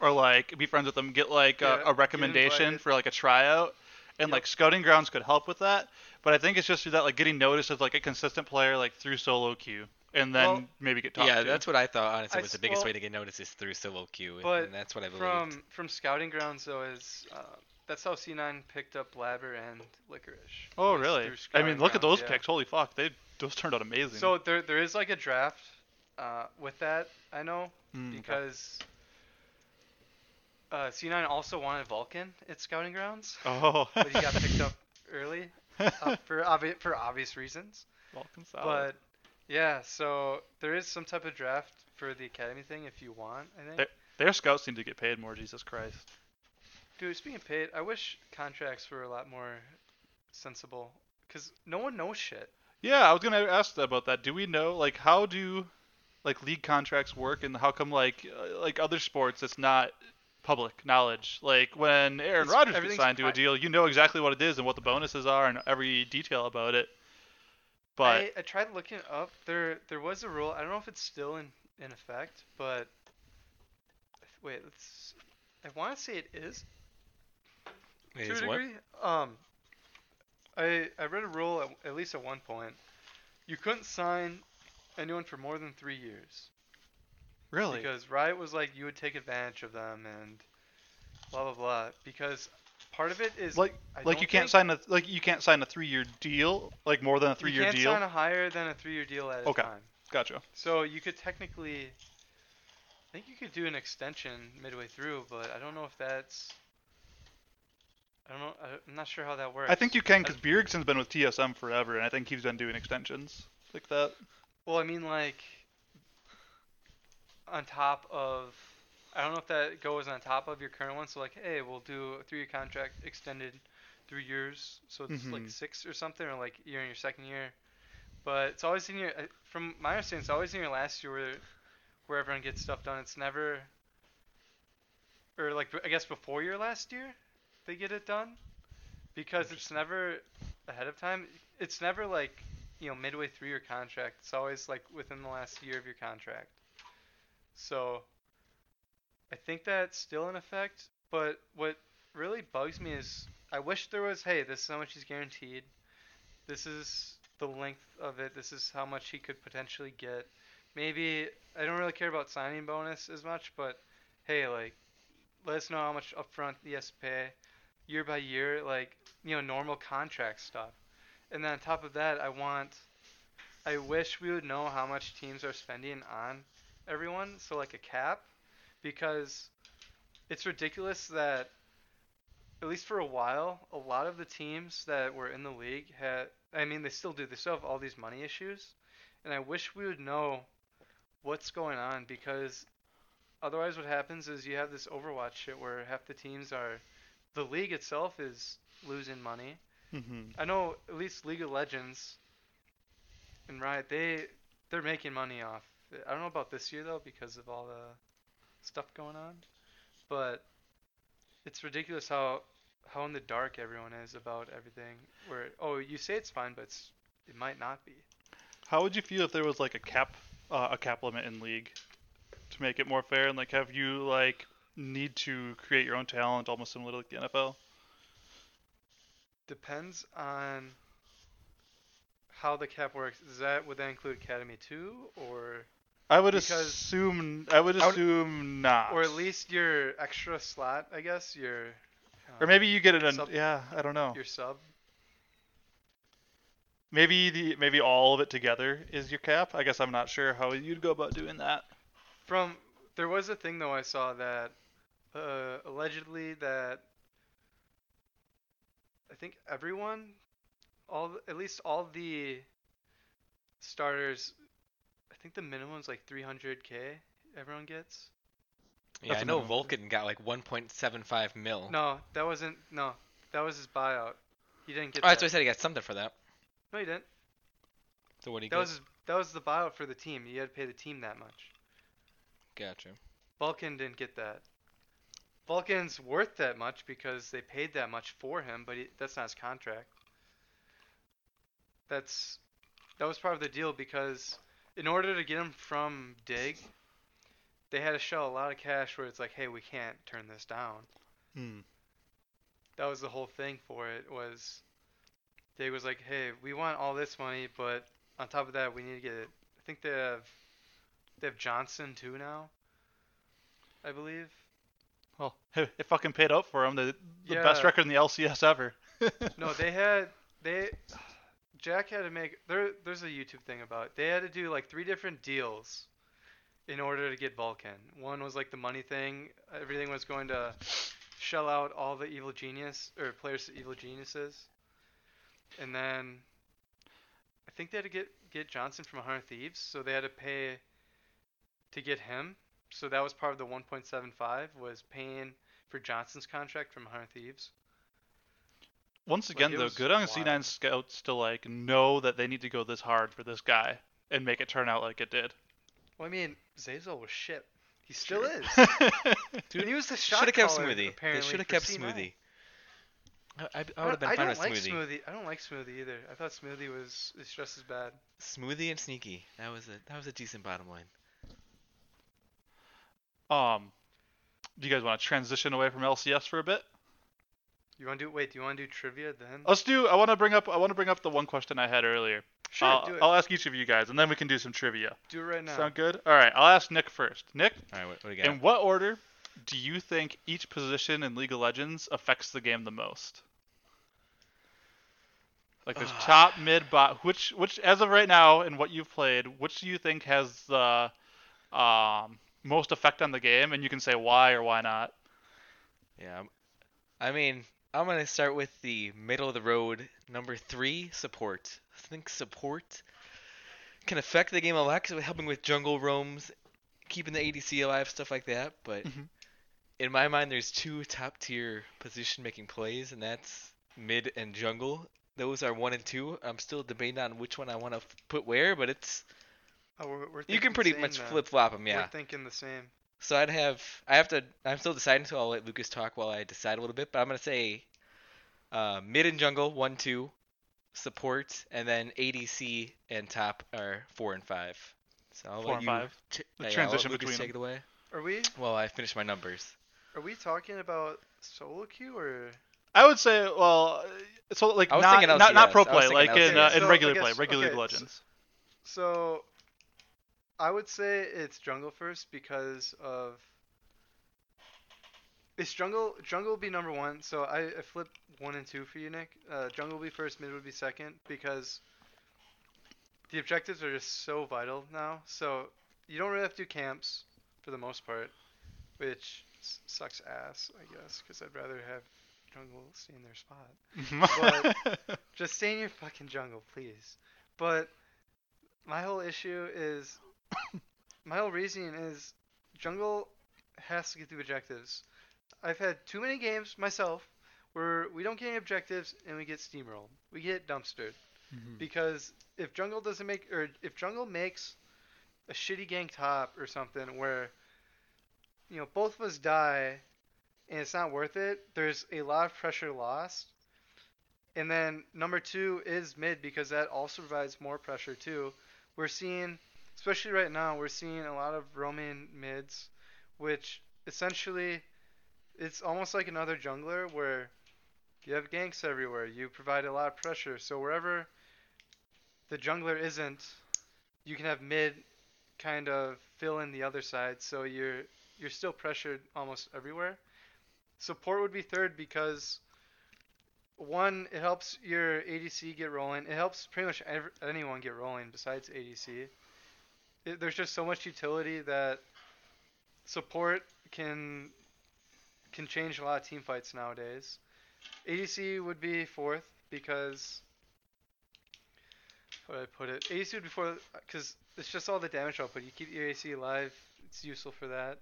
Speaker 2: or like be friends with them, get like
Speaker 3: Yeah,
Speaker 2: a, a
Speaker 3: get
Speaker 2: recommendation
Speaker 3: invited.
Speaker 2: for like a tryout, and
Speaker 3: Yep.
Speaker 2: like scouting grounds could help with that. But I think it's just through that like getting noticed as like a consistent player like through solo queue, and then
Speaker 3: Well,
Speaker 2: maybe get talked
Speaker 1: (laughs) Yeah,
Speaker 2: to.
Speaker 1: that's what I thought. Honestly,
Speaker 3: I
Speaker 1: was the
Speaker 3: s-
Speaker 1: biggest
Speaker 3: well,
Speaker 1: way to get noticed is through solo queue, and,
Speaker 3: but
Speaker 1: and that's what I believed.
Speaker 3: From from scouting grounds though is uh, that's how C9 picked up Blabber and Licorice.
Speaker 2: Oh,
Speaker 3: was
Speaker 2: really?
Speaker 3: through
Speaker 2: I mean,
Speaker 3: scouting
Speaker 2: look at those
Speaker 3: grounds, yeah.
Speaker 2: picks. Holy fuck, they those turned out amazing.
Speaker 3: So there there is like a draft uh, with that I know
Speaker 2: Mm, okay.
Speaker 3: because uh, C9 also wanted Vulcan at scouting
Speaker 2: (laughs)
Speaker 3: grounds,
Speaker 2: (laughs) oh,
Speaker 3: but he got
Speaker 2: (laughs)
Speaker 3: picked up early uh, for obvi- for obvious reasons.
Speaker 2: Vulcan
Speaker 3: But yeah, so there is some type of draft for the academy thing if you want. I think.
Speaker 2: There- their scouts seem to get paid more. Jesus Christ.
Speaker 3: Dude, speaking of paid, I wish contracts were a lot more sensible because no one knows shit.
Speaker 2: Yeah, I was gonna ask about that. Do we know like how do like league contracts work, and how come like uh, like other sports it's not public knowledge? Like when Aaron
Speaker 3: It's-
Speaker 2: Rodgers gets
Speaker 3: everything's
Speaker 2: signed to a
Speaker 3: pri-
Speaker 2: deal, you know exactly what it is and what the bonuses are and every detail about it. But
Speaker 3: I, I tried looking it up. There there was a rule. I don't know if it's still in, in effect, but wait, let's. I want to say it is
Speaker 1: It
Speaker 3: to a
Speaker 1: is what?
Speaker 3: degree. Um, I I read a rule at, at least at one point. You couldn't sign anyone for more than three years
Speaker 2: really,
Speaker 3: because Riot was like you would take advantage of them and blah blah blah. Because part of it is
Speaker 2: like
Speaker 3: I
Speaker 2: like you
Speaker 3: don't
Speaker 2: can't
Speaker 3: think-
Speaker 2: sign a like you can't sign a three year deal like more than a
Speaker 3: you
Speaker 2: three year
Speaker 3: can't
Speaker 2: deal.
Speaker 3: sign a higher than a three year deal at a
Speaker 2: Okay.
Speaker 3: time.
Speaker 2: Gotcha.
Speaker 3: So you could technically, I think you could do an extension midway through, but I don't know if that's. I don't know. I- I'm not sure how that works.
Speaker 2: I think you can because Bjergsen's been with TSM forever, and I think he's been doing extensions like that.
Speaker 3: Well, I mean, like, on top of. I don't know if that goes on top of your current one. So, like, hey, we'll do a three year contract extended three years. So it's
Speaker 2: Mhm.
Speaker 3: like six or something, or like you're in your second year. But it's always in your. I- From my understanding, it's always in your last year where, where everyone gets stuff done. It's never. Or, like, I guess before your last year, they get it done. Because it's never ahead of time. It's never like you know midway through your contract it's always like within the last year of your contract so i think that's still in effect but what really bugs me is i wish there was hey this is how much he's guaranteed this is the length of it this is how much he could potentially get maybe i don't really care about signing bonus as much but hey like let us know how much upfront the yes pay year by year like you know normal contract stuff and then on top of that, I want, I wish we would know how much teams are spending on everyone. So like a cap, because it's ridiculous that, at least for a while, a lot of the teams that were in the league had, I mean, they still do. They still have all these money issues, and I wish we would know what's going on because otherwise, what happens is you have this Overwatch shit where half the teams are, the league itself is losing money.
Speaker 2: Mm-hmm.
Speaker 3: I know at least League of Legends and Riot, they they're making money off. it. I don't know about this year though because of all the stuff going on, but it's ridiculous how how in the dark everyone is about everything. Where oh, you say it's fine, but it's, it might not be.
Speaker 2: How would you feel if there was like a cap uh, a cap limit in league to make it more fair and like have you like need to create your own talent almost similar to like the NFL?
Speaker 3: Depends on how the cap works. Does that would that include Academy too, or
Speaker 2: I would
Speaker 3: Because-
Speaker 2: assume I would
Speaker 1: I would-
Speaker 2: assume not.
Speaker 3: or at least your extra slot? I guess your
Speaker 2: or maybe you get it. An,
Speaker 3: sub-
Speaker 2: yeah, I don't know.
Speaker 3: your sub.
Speaker 2: Maybe the maybe all of it together is your cap. I guess I'm not sure how you'd go about doing that.
Speaker 3: From there was a thing though I saw that uh, allegedly that I think everyone, all the- at least all the starters, I think the minimum is like 300k. Everyone gets.
Speaker 1: Yeah, I
Speaker 2: That's
Speaker 1: know
Speaker 2: another one.
Speaker 1: Vulcan got like 1.75 mil.
Speaker 3: No, that wasn't. No, that was his buyout. He didn't get.
Speaker 1: Oh, that's
Speaker 3: that.
Speaker 1: what I said. He got something for that.
Speaker 3: No, he didn't.
Speaker 1: So what do you
Speaker 3: That
Speaker 1: get?
Speaker 3: was his, that was the buyout for the team. He had to pay the team that much.
Speaker 1: Gotcha.
Speaker 3: Vulcan didn't get that. Vulcan's worth that much because they paid that much for him, but he, that's not his contract. That's that was part of the deal because in order to get him from Dig, they had to shell a lot of cash where it's like, hey, we can't turn this down.
Speaker 2: Hmm.
Speaker 3: That was the whole thing for it was Dig was like, hey, we want all this money, but on top of that, we need to get. I think they have they have Johnson too now. I believe.
Speaker 2: Well, it it fucking paid up for him. The, the best
Speaker 3: Yeah.
Speaker 2: record in the LCS ever.
Speaker 3: (laughs) No, they had they Jack had to make there there's a YouTube thing about it. They had to do like three different deals in order to get Vulcan. One was like the money thing. Everything was going to shell out all the evil genius or players to evil geniuses. And then I think they had to get get Johnson from 100 Thieves, so they had to pay to get him. So that was part of the 1.75 was paying for Johnson's contract from 100 Thieves.
Speaker 2: (laughs) Once
Speaker 3: Like,
Speaker 2: again,
Speaker 3: it
Speaker 2: though,
Speaker 3: was
Speaker 2: good on
Speaker 3: wild.
Speaker 2: C9 scouts to like know that they need to go this hard for this guy and make it turn out like it
Speaker 3: (laughs)
Speaker 2: did.
Speaker 3: Well, I mean, Zazel was shit. He still is.
Speaker 1: (laughs) Dude,
Speaker 3: and he was the shot
Speaker 1: Should have kept
Speaker 3: caller,
Speaker 1: smoothie. They
Speaker 3: Apparently,
Speaker 1: should have
Speaker 3: for
Speaker 1: kept
Speaker 3: C9.
Speaker 1: smoothie. I, I,
Speaker 3: I,
Speaker 1: I would have
Speaker 3: don't-
Speaker 1: been fine
Speaker 3: I don't
Speaker 1: with
Speaker 3: like
Speaker 1: smoothie.
Speaker 3: smoothie. I don't like smoothie either. I thought smoothie was is just as bad.
Speaker 1: Smoothie and sneaky. That was a that was a decent bottom line.
Speaker 2: um, do you guys want to transition away from LCS for a bit?
Speaker 3: You want to do? Wait, do you want to do trivia then?
Speaker 1: Oh,
Speaker 2: Let's do. I want to bring up. I want to bring up the one question I had earlier.
Speaker 3: sure,
Speaker 1: uh,
Speaker 2: I'll,
Speaker 1: oh.
Speaker 3: do it.
Speaker 2: I'll ask each of you guys, and then we can do some trivia.
Speaker 3: do it right now.
Speaker 2: Sound good? All right. I'll ask Nick first. Nick,
Speaker 1: All right, what, what do you got?
Speaker 2: in what order do you think each position in League of Legends affects the game the most? Like there's
Speaker 1: Ah.
Speaker 2: top, mid, bot. Which, which, as of right now, in what you've played, which do you think has the um, most effect on the game? And you can say why or why not.
Speaker 1: Yeah, I'm- I mean, I'm gonna start with the middle of the road number three support. I think support can affect the game a lot because helping with jungle roams, keeping the ADC alive, stuff like that. But
Speaker 2: Mhm.
Speaker 1: in my mind, there's two top tier position making plays, and that's mid and jungle. Those are one and two. I'm still debating on which one I want to put where, but it's
Speaker 3: Oh, we're, we're
Speaker 1: you can
Speaker 3: thinking
Speaker 1: pretty
Speaker 3: same uh,
Speaker 1: much
Speaker 3: then.
Speaker 1: flip flop them.
Speaker 3: We're
Speaker 1: Yeah.
Speaker 3: thinking the same.
Speaker 1: So I'd have I have to I'm still deciding, so I'll let Lucas talk while I decide a little bit. But I'm gonna say uh, mid and jungle one two, support, and then ADC and top are four and five. So I'll
Speaker 2: Four
Speaker 1: let
Speaker 2: and
Speaker 1: you
Speaker 2: five.
Speaker 1: t-
Speaker 2: The
Speaker 1: yeah, I'll
Speaker 2: transition
Speaker 1: let Lucas
Speaker 2: between
Speaker 1: take it away.
Speaker 3: Are we
Speaker 1: Well, I finished my numbers.
Speaker 3: are we talking about solo queue or
Speaker 2: I would say, well, so like
Speaker 1: I was
Speaker 2: not
Speaker 1: thinking
Speaker 2: not, not
Speaker 1: LCS.
Speaker 2: pro
Speaker 1: I was
Speaker 2: play,
Speaker 1: thinking
Speaker 2: like in uh,
Speaker 1: LCS.
Speaker 2: in
Speaker 3: So, I
Speaker 2: regular
Speaker 3: guess-
Speaker 2: play, regular
Speaker 3: okay,
Speaker 2: League of
Speaker 3: so-
Speaker 2: Legends.
Speaker 3: So, I would say it's jungle first because of it's jungle. Jungle will be number one. So I, I flipped one and two for you, Nick. Uh, jungle will be first. Mid would be second because the objectives are just so vital now. So you don't really have to do camps for the most part, which s- sucks ass, I guess, because I'd rather have jungle stay in their spot but- just stay in your fucking jungle, please. But my whole issue is, (coughs) my whole reasoning is, jungle has to get the objectives. I've had too many games myself where we don't get any objectives and we get steamrolled. We get dumpstered because if jungle doesn't make or if jungle makes a shitty gank top or something where you know both of us die and it's not worth it there's a lot of pressure lost and then number two is mid because that also provides more pressure too we're seeing especially right now we're seeing a lot of roman mids which essentially it's almost like another jungler where you have ganks everywhere you provide a lot of pressure so wherever the jungler isn't, you can have mid kind of fill in the other side, so you're you're still pressured almost everywhere. Support would be third because one, it helps your ADC get rolling. It helps pretty much ev- anyone get rolling besides ADC. It, there's just so much utility that support can can change a lot of team fights nowadays. ADC would be fourth because What did I put it? AC would be before because it's just all the damage output. You keep your AC alive. It's useful for that.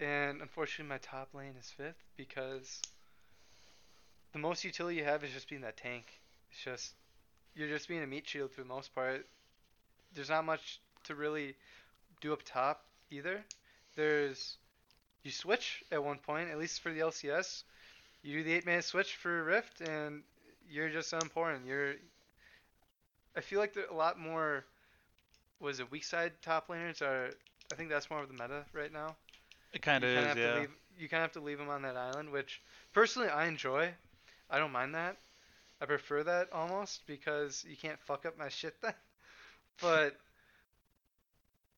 Speaker 3: And unfortunately, my top lane is fifth because the most utility you have is just being that tank. It's just you're just being a meat shield for the most part. There's not much to really do up top either. There's you switch at one point, at least for the LCS. You do the eight man switch for Rift, and you're just important. You're I feel like there a lot more was it weak side top laners are. I think that's more of the meta right now.
Speaker 2: (laughs) It kind of
Speaker 3: you
Speaker 2: is,
Speaker 3: kinda have
Speaker 2: yeah.
Speaker 3: To leave, you kind of have to leave them on that island, which personally I enjoy. I don't mind that. I prefer that almost because you can't fuck up my shit then. (laughs) But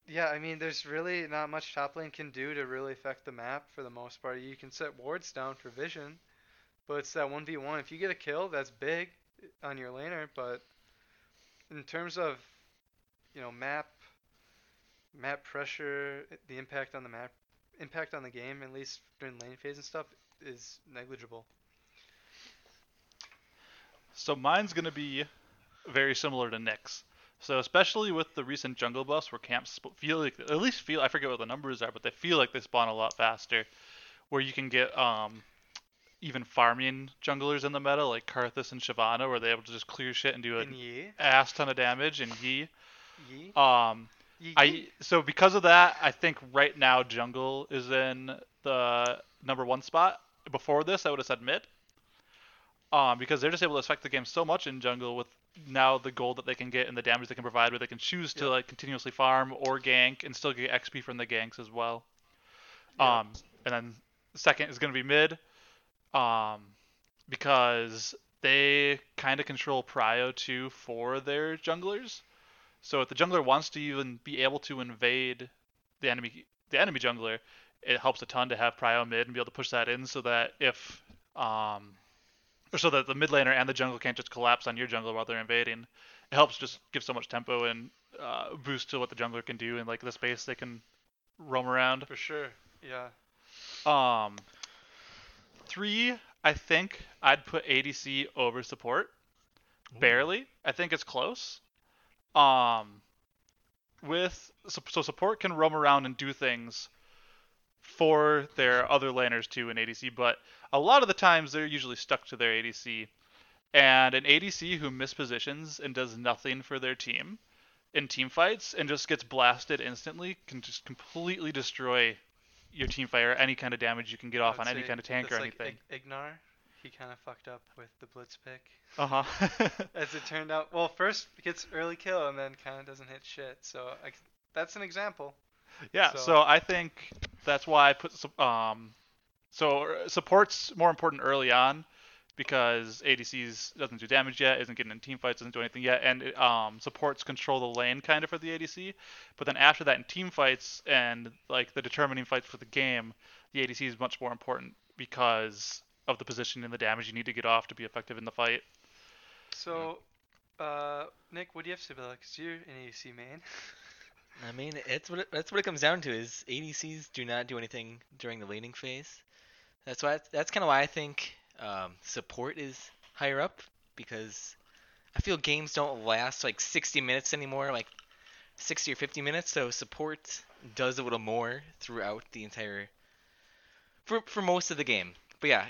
Speaker 3: yeah, I mean, there's really not much top lane can do to really affect the map for the most part. You can set wards down for vision, but it's that one v one. If you get a kill, that's big on your laner. But in terms of you know map map pressure, the impact on the map impact on the game, at least during lane phase and stuff, is negligible.
Speaker 2: So mine's going to be very similar to Nick's. So especially with the recent jungle buffs, where camps sp- feel like at least feel I forget what the numbers are, but they feel like they spawn a lot faster. Where you can get um, even farming junglers in the meta, like Karthus and Shyvana, where they're able to just clear shit and do an
Speaker 3: And Yi,
Speaker 2: ass ton of damage. And Yi,
Speaker 3: Yi,
Speaker 2: um,
Speaker 3: Yi,
Speaker 2: I so because of that, I think right now jungle is in the number one spot. Before this, I would have said mid, um, because they're just able to affect the game so much in jungle with now the gold that they can get and the damage they can provide, where they can choose to
Speaker 3: Yeah.
Speaker 2: like continuously farm or gank and still get XP from the ganks as well.
Speaker 3: Yeah.
Speaker 2: Um, and then second is going to be mid, um, because they kind of control prio two for their junglers. So if the jungler wants to even be able to invade the enemy the enemy jungler, it helps a ton to have prio mid and be able to push that in so that if um or so that the mid laner and the jungle can't just collapse on your jungler while they're invading. It helps just give so much tempo and uh, boost to what the jungler can do and like the space they can roam around.
Speaker 3: for sure. Yeah,
Speaker 2: Um, three, I think I'd put ADC over support. Barely. I think it's close. Um, with so, so support can roam around and do things for their other laners too in ADC, but a lot of the times they're usually stuck to their ADC. And an ADC who mispositions and does nothing for their team in team fights and just gets blasted instantly can just completely destroy your team fire any kind of damage you can get
Speaker 3: I
Speaker 2: off
Speaker 3: would
Speaker 2: on any
Speaker 3: say
Speaker 2: kind of tank
Speaker 3: that's
Speaker 2: or
Speaker 3: like
Speaker 2: anything.
Speaker 3: Ig- Ignar, he kind of fucked up with the blitz pick.
Speaker 2: Uh huh. (laughs)
Speaker 3: As it turned out, well, first gets early kill and then kind of doesn't hit shit. So I c that's an example.
Speaker 2: Yeah, so.
Speaker 3: So-
Speaker 2: I think that's why I put sup- um, so uh, support's more important early on because ADC's doesn't do damage yet, isn't getting in team fights, doesn't do anything yet, and it, um, supports control the lane kind of for the ADC. But then after that, in team fights and like the determining fights for the game, the ADC is much more important because of the position and the damage you need to get off to be effective in the fight.
Speaker 3: So, uh, Nick, what do you have to say about that? Cause you're an ADC man.
Speaker 1: I mean, it's what it, that's what it comes down to is ADCs do not do anything during the laning phase. That's why that's kind of why I think um, support is higher up because I feel games don't last like 60 minutes anymore, like 60 or 50 minutes. So support does a little more throughout the entire for for most of the game. But yeah,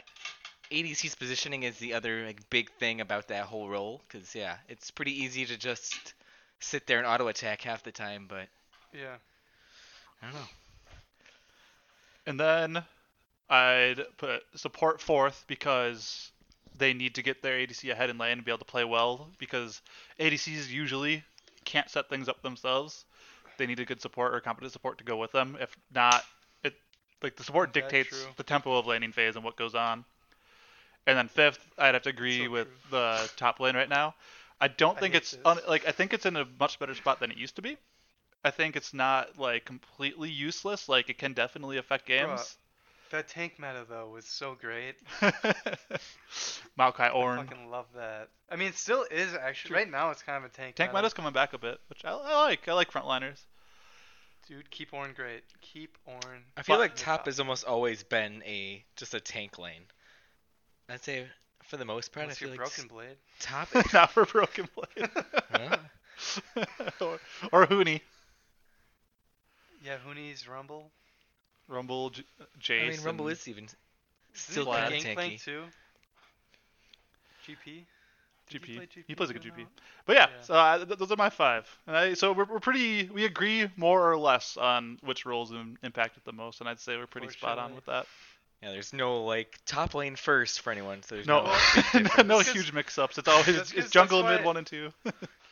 Speaker 1: ADC's positioning is the other like big thing about that whole role because yeah, it's pretty easy to just sit there and auto attack half the time, but
Speaker 3: (laughs) yeah.
Speaker 1: I don't know.
Speaker 2: And then I'd put support fourth because they need to get their ADC ahead in lane and be able to play well because ADCs usually can't set things up themselves. They need a good support or competent support to go with them. If not, it like the support
Speaker 3: That
Speaker 2: dictates
Speaker 3: true.
Speaker 2: the tempo of laning phase and what goes on. And then fifth, I'd have to agree
Speaker 3: So
Speaker 2: with
Speaker 3: true.
Speaker 2: the top lane right now. I don't
Speaker 3: I
Speaker 2: think
Speaker 3: hate
Speaker 2: it's
Speaker 3: this.
Speaker 2: un- like I think it's in a much better spot than it used to be. I think it's not like completely useless. Like it can definitely affect games. (laughs)
Speaker 3: That tank meta though was so great.
Speaker 2: Maokai Orn.
Speaker 3: Fucking love that. I mean, it still is actually.
Speaker 2: True.
Speaker 3: Right now, it's kind of a tank.
Speaker 2: Tank
Speaker 3: meta.
Speaker 2: meta's coming back a bit, which I, I like. I like frontliners. (laughs)
Speaker 3: Dude, keep Orn great. Keep Orn.
Speaker 1: I feel
Speaker 2: But-
Speaker 1: like top has almost always been a just a tank lane. I'd say for the most part,
Speaker 3: Unless
Speaker 1: I
Speaker 3: you're
Speaker 1: feel like
Speaker 3: Broken
Speaker 1: s- (laughs)
Speaker 3: Blade.
Speaker 1: top.
Speaker 2: Not for Broken Blade.
Speaker 1: Huh?
Speaker 2: (laughs) or, or Hooney.
Speaker 3: Yeah, Hooney's Rumble.
Speaker 2: Rumble, J-
Speaker 1: I
Speaker 2: Jace.
Speaker 1: mean, Rumble
Speaker 2: and-
Speaker 1: is even
Speaker 3: Did he
Speaker 1: still
Speaker 2: Vlad.
Speaker 3: play
Speaker 1: kind of
Speaker 3: Gangplank
Speaker 1: tanky.
Speaker 3: too. GP. Did
Speaker 2: GP.
Speaker 3: He, play
Speaker 2: He plays a good
Speaker 3: too?
Speaker 2: GP. But yeah,
Speaker 3: Yeah.
Speaker 2: so uh, th- those are my five. And I, so we're, we're pretty, we agree more or less on which roles im- impact it the most, and I'd say we're pretty spot on
Speaker 3: Fortunately.
Speaker 2: with that.
Speaker 1: Yeah, there's no like top lane first for anyone. So there's
Speaker 2: No, (laughs)
Speaker 1: no (laughs)
Speaker 2: no
Speaker 3: That's 'cause-
Speaker 2: huge mix-ups. It's always
Speaker 3: That's 'cause
Speaker 2: it's
Speaker 3: that's
Speaker 2: jungle
Speaker 3: why-
Speaker 2: mid one and two.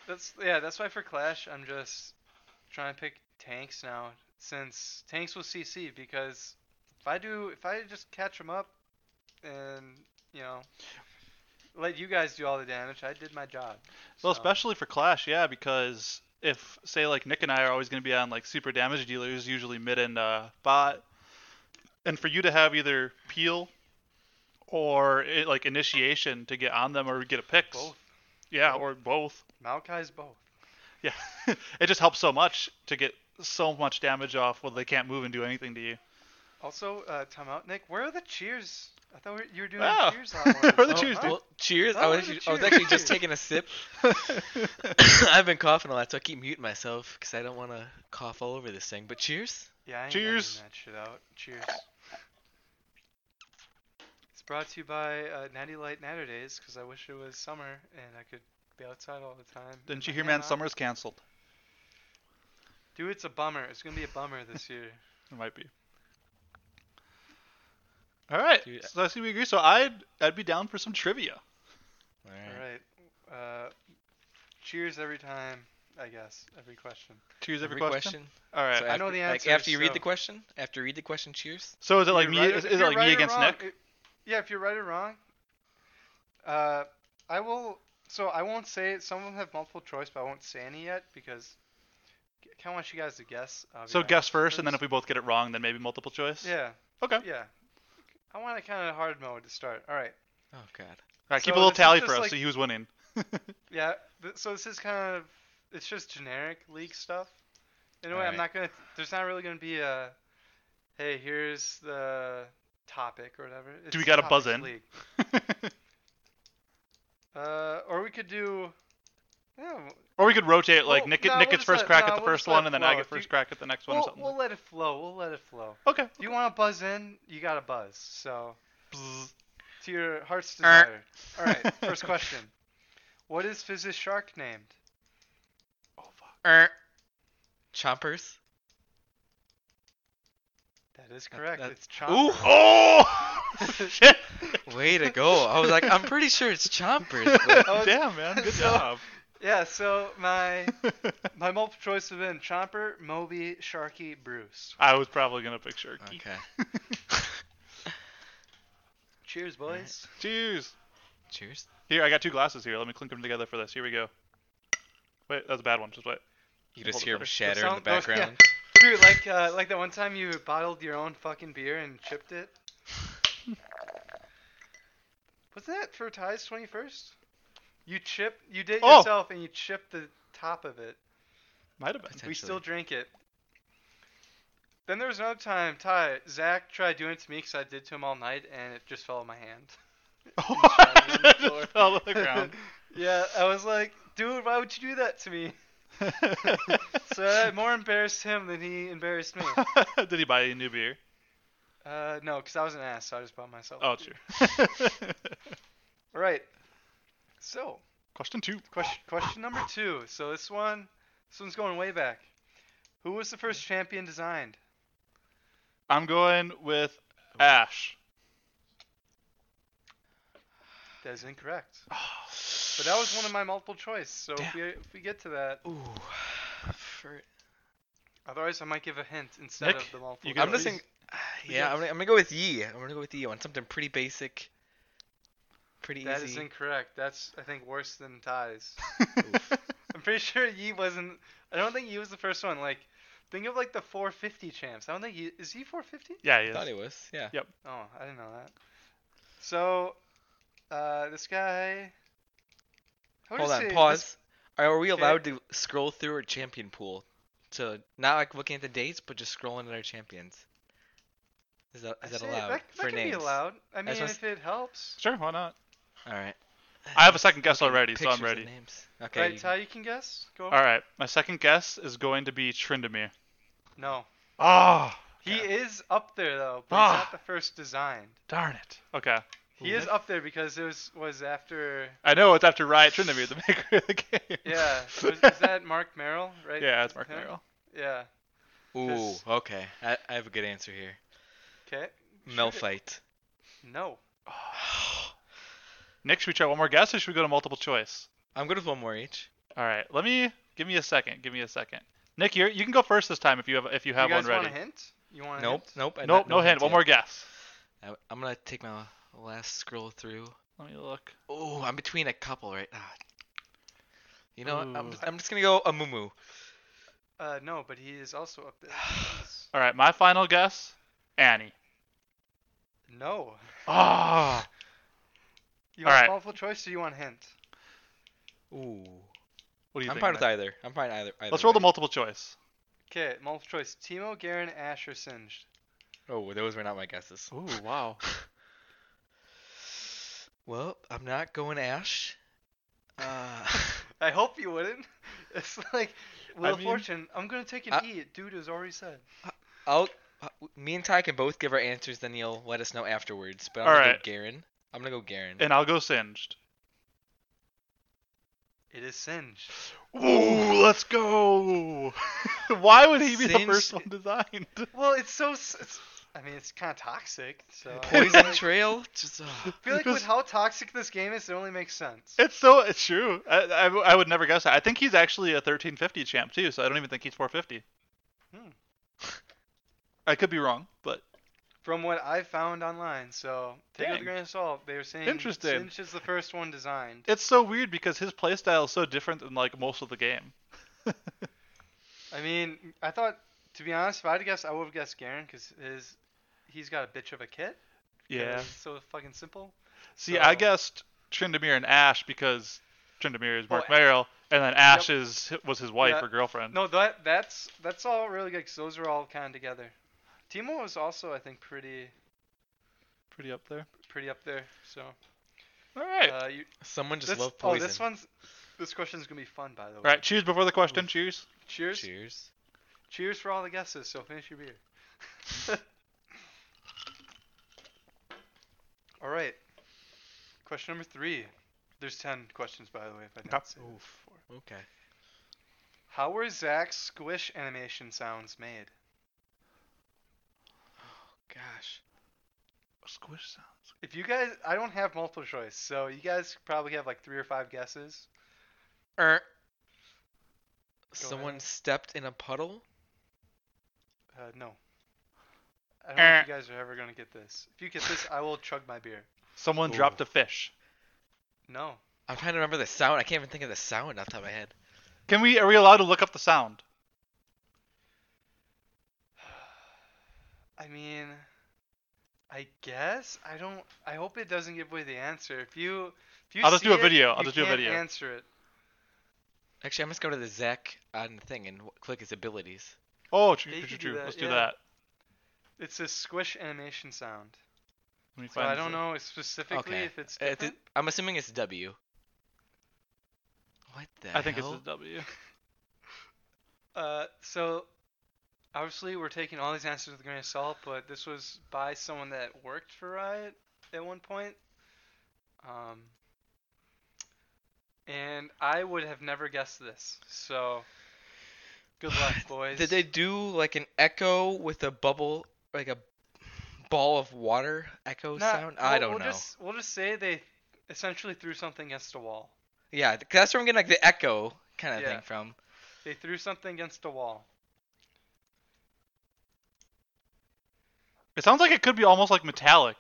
Speaker 3: That's yeah. That's why for Clash, I'm just trying to pick tanks now, since tanks will CC because if I do, if I just catch them up, and you know, let you guys do all the damage, I did my job.
Speaker 2: Well,
Speaker 3: So,
Speaker 2: especially for Clash, yeah, because if say like Nick and I are always going to be on like super damage dealers, usually mid and uh, bot, and for you to have either peel or it, like initiation to get on them or get a picks,
Speaker 3: both
Speaker 2: yeah, or both,
Speaker 3: Maokai's both.
Speaker 2: yeah, (laughs) it just helps so much to get so much damage off while they can't move and do anything to you.
Speaker 3: Also, uh, time out, Nick. Where are the cheers? I thought we were, you were doing
Speaker 2: Oh.
Speaker 3: cheers. On
Speaker 2: (laughs)
Speaker 3: one
Speaker 2: Where are the
Speaker 3: Oh,
Speaker 2: cheers,
Speaker 3: huh?
Speaker 2: dude?
Speaker 1: Well, cheers. I,
Speaker 3: Oh,
Speaker 1: was actually,
Speaker 3: look at
Speaker 1: I was
Speaker 3: you.
Speaker 1: actually just taking a sip. (laughs) I've been coughing a lot, so I keep muting myself because I don't want to cough all over this thing. But cheers.
Speaker 3: Yeah, I ain't
Speaker 2: Cheers.
Speaker 3: Cheers. That shit out. Cheers. It's brought to you by uh, Natty Light Natter Days because I wish it was summer and I could be outside all the time. in
Speaker 2: Didn't you
Speaker 3: my
Speaker 2: hear, man?
Speaker 3: hammock.
Speaker 2: Summer's canceled.
Speaker 3: Dude, it's a bummer. It's gonna be a bummer this
Speaker 2: (laughs)
Speaker 3: year.
Speaker 2: It might be. All right,
Speaker 1: Dude, I-
Speaker 2: so I see we agree. So I'd I'd be down for some trivia.
Speaker 1: All
Speaker 3: all
Speaker 1: right.
Speaker 3: right. Uh, cheers every time. I guess every question.
Speaker 2: Choose every,
Speaker 1: Every
Speaker 2: question. All right.
Speaker 1: So
Speaker 3: I know
Speaker 1: after-
Speaker 3: the
Speaker 1: like,
Speaker 3: answer,
Speaker 1: after you read
Speaker 3: so-
Speaker 1: the question, after you read the question, cheers.
Speaker 2: So is it like
Speaker 3: You're
Speaker 2: me?
Speaker 3: right-
Speaker 2: Is,
Speaker 3: if
Speaker 2: is it
Speaker 3: you're
Speaker 2: like
Speaker 3: right
Speaker 2: me
Speaker 3: or
Speaker 2: against
Speaker 3: wrong-
Speaker 2: Nick?
Speaker 3: it- yeah, if you're right or wrong. Uh, I will. So I won't say it. Some of them have multiple choice, but I won't say any yet because I kind of want you guys to guess. I'll be
Speaker 2: So
Speaker 3: right.
Speaker 2: guess first, and then if
Speaker 3: first.
Speaker 2: we both get it wrong, then maybe multiple choice.
Speaker 3: Yeah.
Speaker 2: Okay. All
Speaker 3: Yeah. I want a kind of hard mode to start. All right.
Speaker 1: Oh God.
Speaker 2: right. keep
Speaker 3: So
Speaker 2: a little
Speaker 3: this is
Speaker 2: tally
Speaker 3: just
Speaker 2: for us.
Speaker 3: like-
Speaker 2: See who's winning. (laughs)
Speaker 3: Yeah. Th- so this is kind of it's just generic league stuff. In a way, I'm
Speaker 1: Alright.
Speaker 3: not gonna. There's not really gonna be a. Hey, here's the topic or whatever. It's
Speaker 2: we gotta buzz
Speaker 3: topics
Speaker 2: in?
Speaker 3: league. Uh, or we could do. Yeah, w-
Speaker 2: or we could rotate. Like
Speaker 3: Well,
Speaker 2: Nick,
Speaker 3: no,
Speaker 2: Nick gets
Speaker 3: we'll just
Speaker 2: first
Speaker 3: let-
Speaker 2: crack
Speaker 3: no,
Speaker 2: at the
Speaker 3: we'll
Speaker 2: first
Speaker 3: just let
Speaker 2: one, and then I
Speaker 3: flow.
Speaker 2: get
Speaker 3: If
Speaker 2: first
Speaker 3: you-
Speaker 2: crack at the next one or
Speaker 3: we'll,
Speaker 2: something.
Speaker 3: we'll let it flow. We'll let it flow.
Speaker 2: okay.
Speaker 3: If you want to buzz in, you gotta buzz. So.
Speaker 2: Bzz.
Speaker 3: To your heart's
Speaker 2: Err.
Speaker 3: desire. All right, first question. What is Fizz's shark named?
Speaker 2: Oh fuck.
Speaker 1: Er. Chompers.
Speaker 3: That is correct.
Speaker 1: that-
Speaker 3: It's (laughs) Chomper.
Speaker 2: Ooh. Oh. (laughs) Shit.
Speaker 1: Way to go! I was like, I'm pretty sure it's Chompers. (laughs) but-
Speaker 3: was-
Speaker 2: Damn, man.
Speaker 3: (laughs)
Speaker 2: Good job.
Speaker 3: Yeah, so
Speaker 2: (laughs)
Speaker 3: my my multiple choice would have been Chomper, Moby, Sharky, Bruce.
Speaker 2: I was probably gonna pick Sharky.
Speaker 1: okay.
Speaker 3: Cheers, boys.
Speaker 2: Cheers.
Speaker 1: Cheers.
Speaker 2: Here, I got two glasses here. Let me clink them together for this. Here we go. Wait, that's a bad one. Just wait.
Speaker 1: You just
Speaker 2: Hold it
Speaker 1: hear 'em
Speaker 2: better. The
Speaker 1: shatter in the
Speaker 3: sound- those- yeah.
Speaker 1: background.
Speaker 3: Dude, like uh, like that one time you bottled your own fucking beer and chipped it. Wasn't that for Ty's twenty first? You chip you did it
Speaker 2: Oh.
Speaker 3: yourself and you chipped the top of it.
Speaker 2: Might have been.
Speaker 3: (laughs) We still
Speaker 1: potentially.
Speaker 3: drank it. Then there was another time, Ty, Zach tried doing it to me because I did to him all night, and it just fell in my hand.
Speaker 2: (laughs)
Speaker 3: (laughs) shattered on the floor.
Speaker 2: just fell to the
Speaker 3: (laughs)
Speaker 2: ground.
Speaker 3: yeah, I was like, dude, why would you do that to me? (laughs) So that more embarrassed him than he embarrassed (laughs) me.
Speaker 2: (laughs) Did he buy you a new beer?
Speaker 3: Uh, no, because I was an ass, so I just bought myself.
Speaker 2: Oh,
Speaker 3: (laughs)
Speaker 2: sure.
Speaker 3: All right. So,
Speaker 2: Question two.
Speaker 3: question question number two. So this one, this one's going way back. Who was the first champion designed?
Speaker 2: I'm going with Ash.
Speaker 3: That is incorrect. (sighs) But that was one of my multiple choice. So if
Speaker 1: Damn.
Speaker 3: we, if we get to that,
Speaker 1: Ooh. For- uh,
Speaker 3: otherwise I might give a hint instead
Speaker 2: Nick,
Speaker 3: of the multiple.
Speaker 2: you
Speaker 3: choice.
Speaker 2: got
Speaker 1: I'm just
Speaker 2: these-
Speaker 1: saying. Yeah, I'm gonna, I'm gonna go with Yi. I'm gonna go with Yi on something pretty basic. Pretty
Speaker 3: That is
Speaker 1: easy.
Speaker 3: incorrect. That's I think worse than ties. I'm pretty (laughs) sure Yi wasn't. I don't think Yi was the first one. Like, think of like the 450 champs. I don't think Yi is Yi
Speaker 2: (laughs)
Speaker 3: 450.
Speaker 2: yeah, he
Speaker 1: I thought
Speaker 2: is.
Speaker 1: it was. Yeah.
Speaker 3: Oh, I didn't know that. So, uh, this guy. I would
Speaker 1: Hold
Speaker 3: say
Speaker 1: on,
Speaker 3: this-
Speaker 1: pause. Are we
Speaker 3: Okay.
Speaker 1: allowed to scroll through our champion pool? So not like looking at the dates, but just scrolling at our champions. Is that
Speaker 3: I
Speaker 1: is that
Speaker 3: say
Speaker 1: allowed
Speaker 3: That, that
Speaker 1: for
Speaker 3: can
Speaker 1: names?
Speaker 3: be allowed. I mean,
Speaker 1: just-
Speaker 3: if it helps.
Speaker 2: Sure, why not?
Speaker 1: All right.
Speaker 2: I have a second guess
Speaker 1: Looking at
Speaker 2: already, so I'm
Speaker 1: pictures and
Speaker 2: ready.
Speaker 1: names. Okay.
Speaker 3: right,
Speaker 1: you-
Speaker 3: Ty, you can guess. Go.
Speaker 2: All right, my second guess is going to be Trindamir.
Speaker 3: No,
Speaker 2: Oh,
Speaker 3: he is up there though, but
Speaker 2: Ah.
Speaker 3: he's not the first designed.
Speaker 2: darn it. Okay,
Speaker 3: He is up there because it was was after.
Speaker 2: (laughs) I know it's after Riot Trindamir, the maker of (laughs) the game.
Speaker 3: Yeah, was, was that Mark Merrill, right?
Speaker 2: yeah, it's Mark
Speaker 3: Him?
Speaker 2: Merrill.
Speaker 3: Yeah.
Speaker 1: Ooh.
Speaker 3: this-
Speaker 1: Okay. I, I have a good answer here.
Speaker 3: Okay.
Speaker 1: Melfite.
Speaker 3: No.
Speaker 2: (sighs) Nick, should we try one more guess, or should we go to multiple choice?
Speaker 1: I'm good with one more each.
Speaker 2: All right, let me give me a second. Give me a second. Nick, you you can go first this time if you have if you have
Speaker 3: you guys
Speaker 2: one ready.
Speaker 3: want a hint? You want a
Speaker 1: Nope.
Speaker 3: hint?
Speaker 1: Nope. I-
Speaker 2: Nope, no, hint.
Speaker 1: hint
Speaker 2: One
Speaker 1: yet.
Speaker 2: more guess.
Speaker 1: I- I'm gonna take my last scroll through.
Speaker 2: Let me look.
Speaker 1: Oh, I'm between a couple right now. You know, what? I'm
Speaker 2: Ooh.
Speaker 1: just, I'm just gonna go Amumu.
Speaker 3: Uh, no, but he is also up there.
Speaker 2: (sighs)
Speaker 3: Yes.
Speaker 2: All right, my final guess, Annie.
Speaker 3: no.
Speaker 2: Ah,
Speaker 3: You
Speaker 2: All
Speaker 3: want
Speaker 2: right.
Speaker 3: multiple choice or you want a hint?
Speaker 1: Ooh.
Speaker 2: what do you
Speaker 1: I'm
Speaker 2: think?
Speaker 1: fine with
Speaker 2: Nick?
Speaker 1: either. I'm fine either. either
Speaker 2: Let's roll the
Speaker 1: way.
Speaker 2: multiple choice.
Speaker 3: Okay, multiple choice. Timo, Garen, Ash, or Singed?
Speaker 1: Oh, those were not my guesses.
Speaker 2: Ooh, wow.
Speaker 1: Well, I'm not going Ash. Uh, (laughs)
Speaker 3: I hope you wouldn't. (laughs) It's like Wheel of
Speaker 2: mean-
Speaker 3: Fortune. I'm gonna take an
Speaker 1: I-
Speaker 3: E. Dude has already said.
Speaker 1: I'll. uh, Me and Ty can both give our answers. Then you'll let us know afterwards. But I'm
Speaker 2: All
Speaker 1: gonna
Speaker 2: right.
Speaker 1: go Garen. I'm gonna go Garen.
Speaker 2: And I'll go singed.
Speaker 3: It is Singed.
Speaker 2: Ooh, let's go. (laughs) Why would he be the
Speaker 1: Singed-
Speaker 2: first one designed?
Speaker 3: Well, it's so. s- It's, I mean, it's kind of toxic.
Speaker 2: (laughs)
Speaker 3: So
Speaker 1: Poison Trail. Just. ah.
Speaker 3: (laughs) I feel like
Speaker 2: Because-
Speaker 3: with how toxic this game is, it only makes sense.
Speaker 2: It's so it's true. I, I, I would never guess that. I think he's actually a 1350 champ too, so I don't even think he's 450.
Speaker 3: Hmm.
Speaker 2: (laughs) I could be wrong, but
Speaker 3: From what I found online, so take it with
Speaker 2: Dang.
Speaker 3: a grain of salt. They were saying
Speaker 2: Interesting.
Speaker 3: Singed is the first one designed.
Speaker 2: it's so weird because his playstyle is so different than like most of the game.
Speaker 3: I mean, I thought, to be honest, if I had to guess, I would have guessed Garen because his he's got a bitch of a kit. 'cause
Speaker 2: Yeah.
Speaker 3: it's so fucking simple.
Speaker 2: See, I
Speaker 3: So-
Speaker 2: guessed Trindamir and Ash because Trindamir is Mark
Speaker 3: Oh,
Speaker 2: Merrill, and then Ash is was his wife
Speaker 3: Yeah.
Speaker 2: or girlfriend.
Speaker 3: No, that that's that's all really good 'cause those are all kind of together. Timo was also, I think, pretty
Speaker 2: Pretty up there.
Speaker 3: pretty up there. So
Speaker 2: All right.
Speaker 3: uh, you,
Speaker 1: Someone just
Speaker 3: this,
Speaker 1: love
Speaker 3: oh,
Speaker 1: poison.
Speaker 3: this one's this question's gonna be fun, by the way.
Speaker 2: All right. Cheers before the question. Cheers.
Speaker 3: Cheers. Cheers.
Speaker 1: Cheers.
Speaker 3: for all the guesses. So finish your beer. (laughs) all right. Question number three. There's ten questions, by the way. If I didn't
Speaker 2: Okay.
Speaker 3: say that before.
Speaker 1: Okay.
Speaker 3: How were Zach's squish animation sounds made?
Speaker 1: Gosh.
Speaker 2: Squish sounds.
Speaker 3: If you guys, I don't have multiple choice, so you guys probably have like three or five guesses.
Speaker 1: Er. Someone
Speaker 3: ahead.
Speaker 1: stepped in a puddle.
Speaker 3: Uh, no. I don't know if you guys are ever gonna get this. If you get this, I will chug my beer.
Speaker 2: Someone
Speaker 1: Ooh.
Speaker 2: dropped a fish.
Speaker 3: No.
Speaker 1: I'm trying to remember the sound. I can't even think of the sound off the top of my head.
Speaker 2: Can we? Are we allowed to look up the sound?
Speaker 3: I mean, I guess I don't. I hope it doesn't give away the answer. If you, if you
Speaker 2: I'll just
Speaker 3: see
Speaker 2: do a
Speaker 3: it,
Speaker 2: video. I'll
Speaker 3: you
Speaker 2: just do a
Speaker 3: can't
Speaker 2: video.
Speaker 3: Answer it.
Speaker 1: Actually, I'm just going to the Zach on the thing and w- click his abilities.
Speaker 2: Oh, true,
Speaker 3: Yeah, you
Speaker 2: true,
Speaker 3: could do
Speaker 2: true.
Speaker 3: that,
Speaker 2: Let's do
Speaker 3: yeah.
Speaker 2: that.
Speaker 3: It's a squish animation sound.
Speaker 2: Let me
Speaker 3: So I don't know specifically
Speaker 1: Okay.
Speaker 3: if it's
Speaker 1: Uh,
Speaker 3: different.
Speaker 1: th- I'm assuming it's W. What the
Speaker 2: I think it's
Speaker 1: hell?
Speaker 2: a W.
Speaker 3: Uh, so obviously we're taking all these answers with a grain of salt, but this was by someone that worked for Riot at one point. Um, and I would have never guessed this. So
Speaker 2: (laughs)
Speaker 3: good luck, boys.
Speaker 1: Did they do like an echo with a bubble, like a ball of water echo
Speaker 3: Nah,
Speaker 1: sound? I
Speaker 3: we'll-
Speaker 1: don't
Speaker 3: we'll
Speaker 1: know.
Speaker 3: Just, we'll just say they essentially threw something against a wall.
Speaker 1: Yeah, th- 'cause that's where I'm getting like the echo kind of
Speaker 3: Yeah.
Speaker 1: thing from.
Speaker 3: They threw something against a wall.
Speaker 2: It sounds like it could be almost like metallic,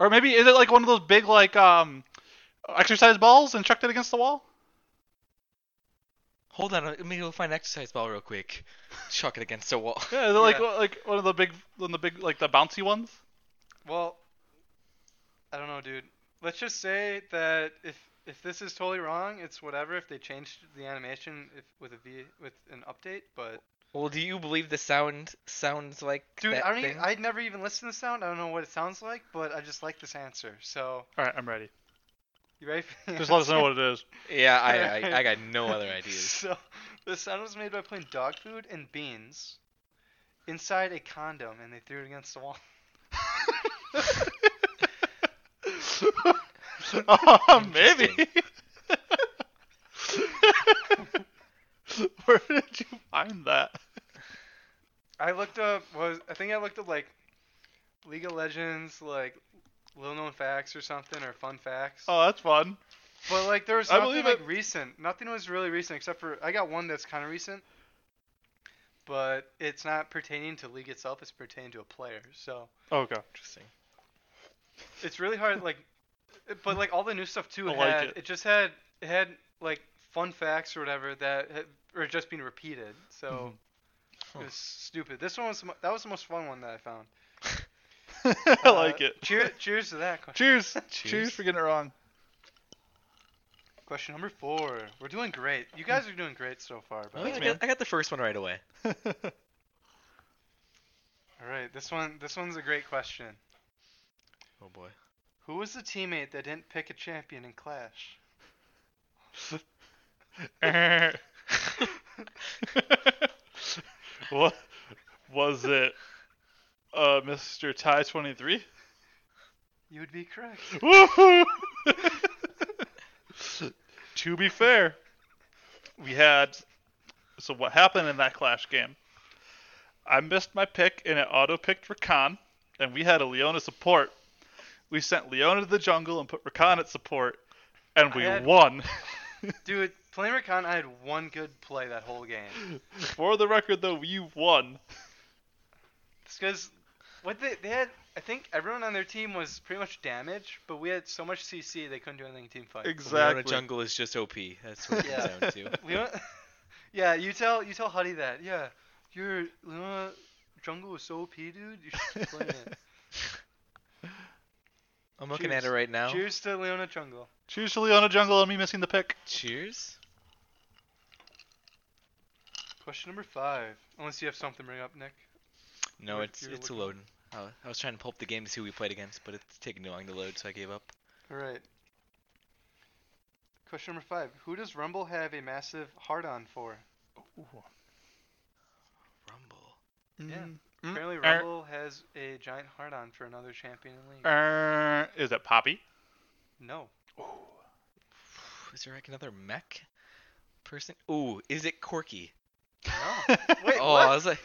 Speaker 2: or maybe is it like one of those big like um exercise balls and chucked it against the wall?
Speaker 1: Hold on, let me go find an exercise ball real
Speaker 3: (laughs)
Speaker 1: quick. Chuck it against a wall.
Speaker 2: Yeah, is it like
Speaker 3: Yeah.
Speaker 2: like one of the big one of the big like the bouncy ones?
Speaker 3: Well, I don't know, dude. Let's just say that if if this is totally wrong, it's whatever. If they changed the animation if, with a V with an update, but
Speaker 1: Well, do you believe the sound sounds like
Speaker 3: dude,
Speaker 1: that
Speaker 3: I don't.
Speaker 1: thing?
Speaker 3: Even, I'd never even listened to the sound. I don't know what it sounds like, but I just like this answer. So
Speaker 2: All right, I'm ready.
Speaker 3: You ready? For the
Speaker 2: Just let us know
Speaker 3: answer?
Speaker 2: what it
Speaker 3: (laughs)
Speaker 2: is. (laughs)
Speaker 1: Yeah, I, I, I got no other ideas.
Speaker 3: So, the sound was made by putting dog food and beans inside a condom, and they threw it against the wall.
Speaker 2: Uh, maybe. (laughs) Where did you find that?
Speaker 3: I looked up was I think I looked up like League of Legends like little known facts or something or fun facts.
Speaker 2: Oh, that's fun.
Speaker 3: But like there was
Speaker 2: I
Speaker 3: nothing
Speaker 2: believe
Speaker 3: like
Speaker 2: it.
Speaker 3: recent. Nothing was really recent except for I got one that's kind of recent. But it's not pertaining to League itself, it's pertaining to a player. So
Speaker 2: Oh god.
Speaker 1: Interesting.
Speaker 3: it's really hard like but like all the new stuff too
Speaker 2: I like
Speaker 3: had
Speaker 2: it.
Speaker 3: it. just had it had like fun facts or whatever that had, were just being repeated. So
Speaker 1: Huh.
Speaker 2: Mm-hmm.
Speaker 3: it was stupid. This one was the mo- that was the most fun one that I found.
Speaker 2: (laughs) (laughs) I like
Speaker 3: Uh,
Speaker 2: it.
Speaker 3: Cheer, cheers to that. Question,
Speaker 2: Cheers.
Speaker 1: Cheers.
Speaker 2: Cheers for getting it wrong.
Speaker 3: question number four. We're doing great. You guys are doing great so
Speaker 2: Oh,
Speaker 3: far. By
Speaker 1: Well,
Speaker 3: the
Speaker 1: yeah, I,
Speaker 3: way.
Speaker 1: got, I got the first one right away.
Speaker 3: All right, this one. This one's a great question.
Speaker 1: Oh boy.
Speaker 3: Who was the teammate that didn't pick a champion in Clash?
Speaker 2: (laughs) what was it? Uh, Mr. Ty twenty three.
Speaker 3: You would
Speaker 2: (laughs)
Speaker 3: be correct.
Speaker 2: Woohoo! (laughs) to be fair, we had. So what happened in that Clash game? I missed my pick and it auto picked Rakan, and we had a Leona support. We sent Leona to the jungle and put Rakan at support, and we
Speaker 3: I had-
Speaker 2: won. (laughs)
Speaker 3: Dude, playing Recon, I had one good play that whole game.
Speaker 2: For the record, though, we won.
Speaker 3: It's because what they they had. I think everyone on their team was pretty much damaged, but we had so much CC they couldn't do anything in team fight.
Speaker 1: Leona
Speaker 2: (laughs)
Speaker 1: Jungle is just OP. That's what it comes
Speaker 3: Yeah.
Speaker 1: down to.
Speaker 3: We went, (laughs) yeah, you tell you tell Huddy that. Yeah, your Luna jungle was so OP, dude. You should keep playing it.
Speaker 1: I'm looking
Speaker 3: Cheers.
Speaker 1: at it right now. Cheers.
Speaker 3: Cheers to Leona Jungle.
Speaker 2: Cheers to Leona Jungle and me missing the pick.
Speaker 3: Question number five. Unless you have something to bring up, Nick.
Speaker 1: No,
Speaker 3: You're-
Speaker 1: it's
Speaker 3: you're
Speaker 1: it's
Speaker 3: looking-
Speaker 1: loading. I I was trying to pull up the game to see who we played against, but it's taking too long to load, so I gave up.
Speaker 3: All right. Question number five. Who does Rumble have a massive hard on for?
Speaker 1: Mm-hmm. Rumble.
Speaker 3: Mm. Apparently,
Speaker 2: er-
Speaker 3: Rumble has a giant hard on for another champion in league.
Speaker 2: Er, is that Poppy?
Speaker 3: No.
Speaker 1: (sighs) Is there like another mech person? Ooh, is it Corky?
Speaker 3: (laughs) No. Wait,
Speaker 1: oh,
Speaker 3: what?
Speaker 1: I was like,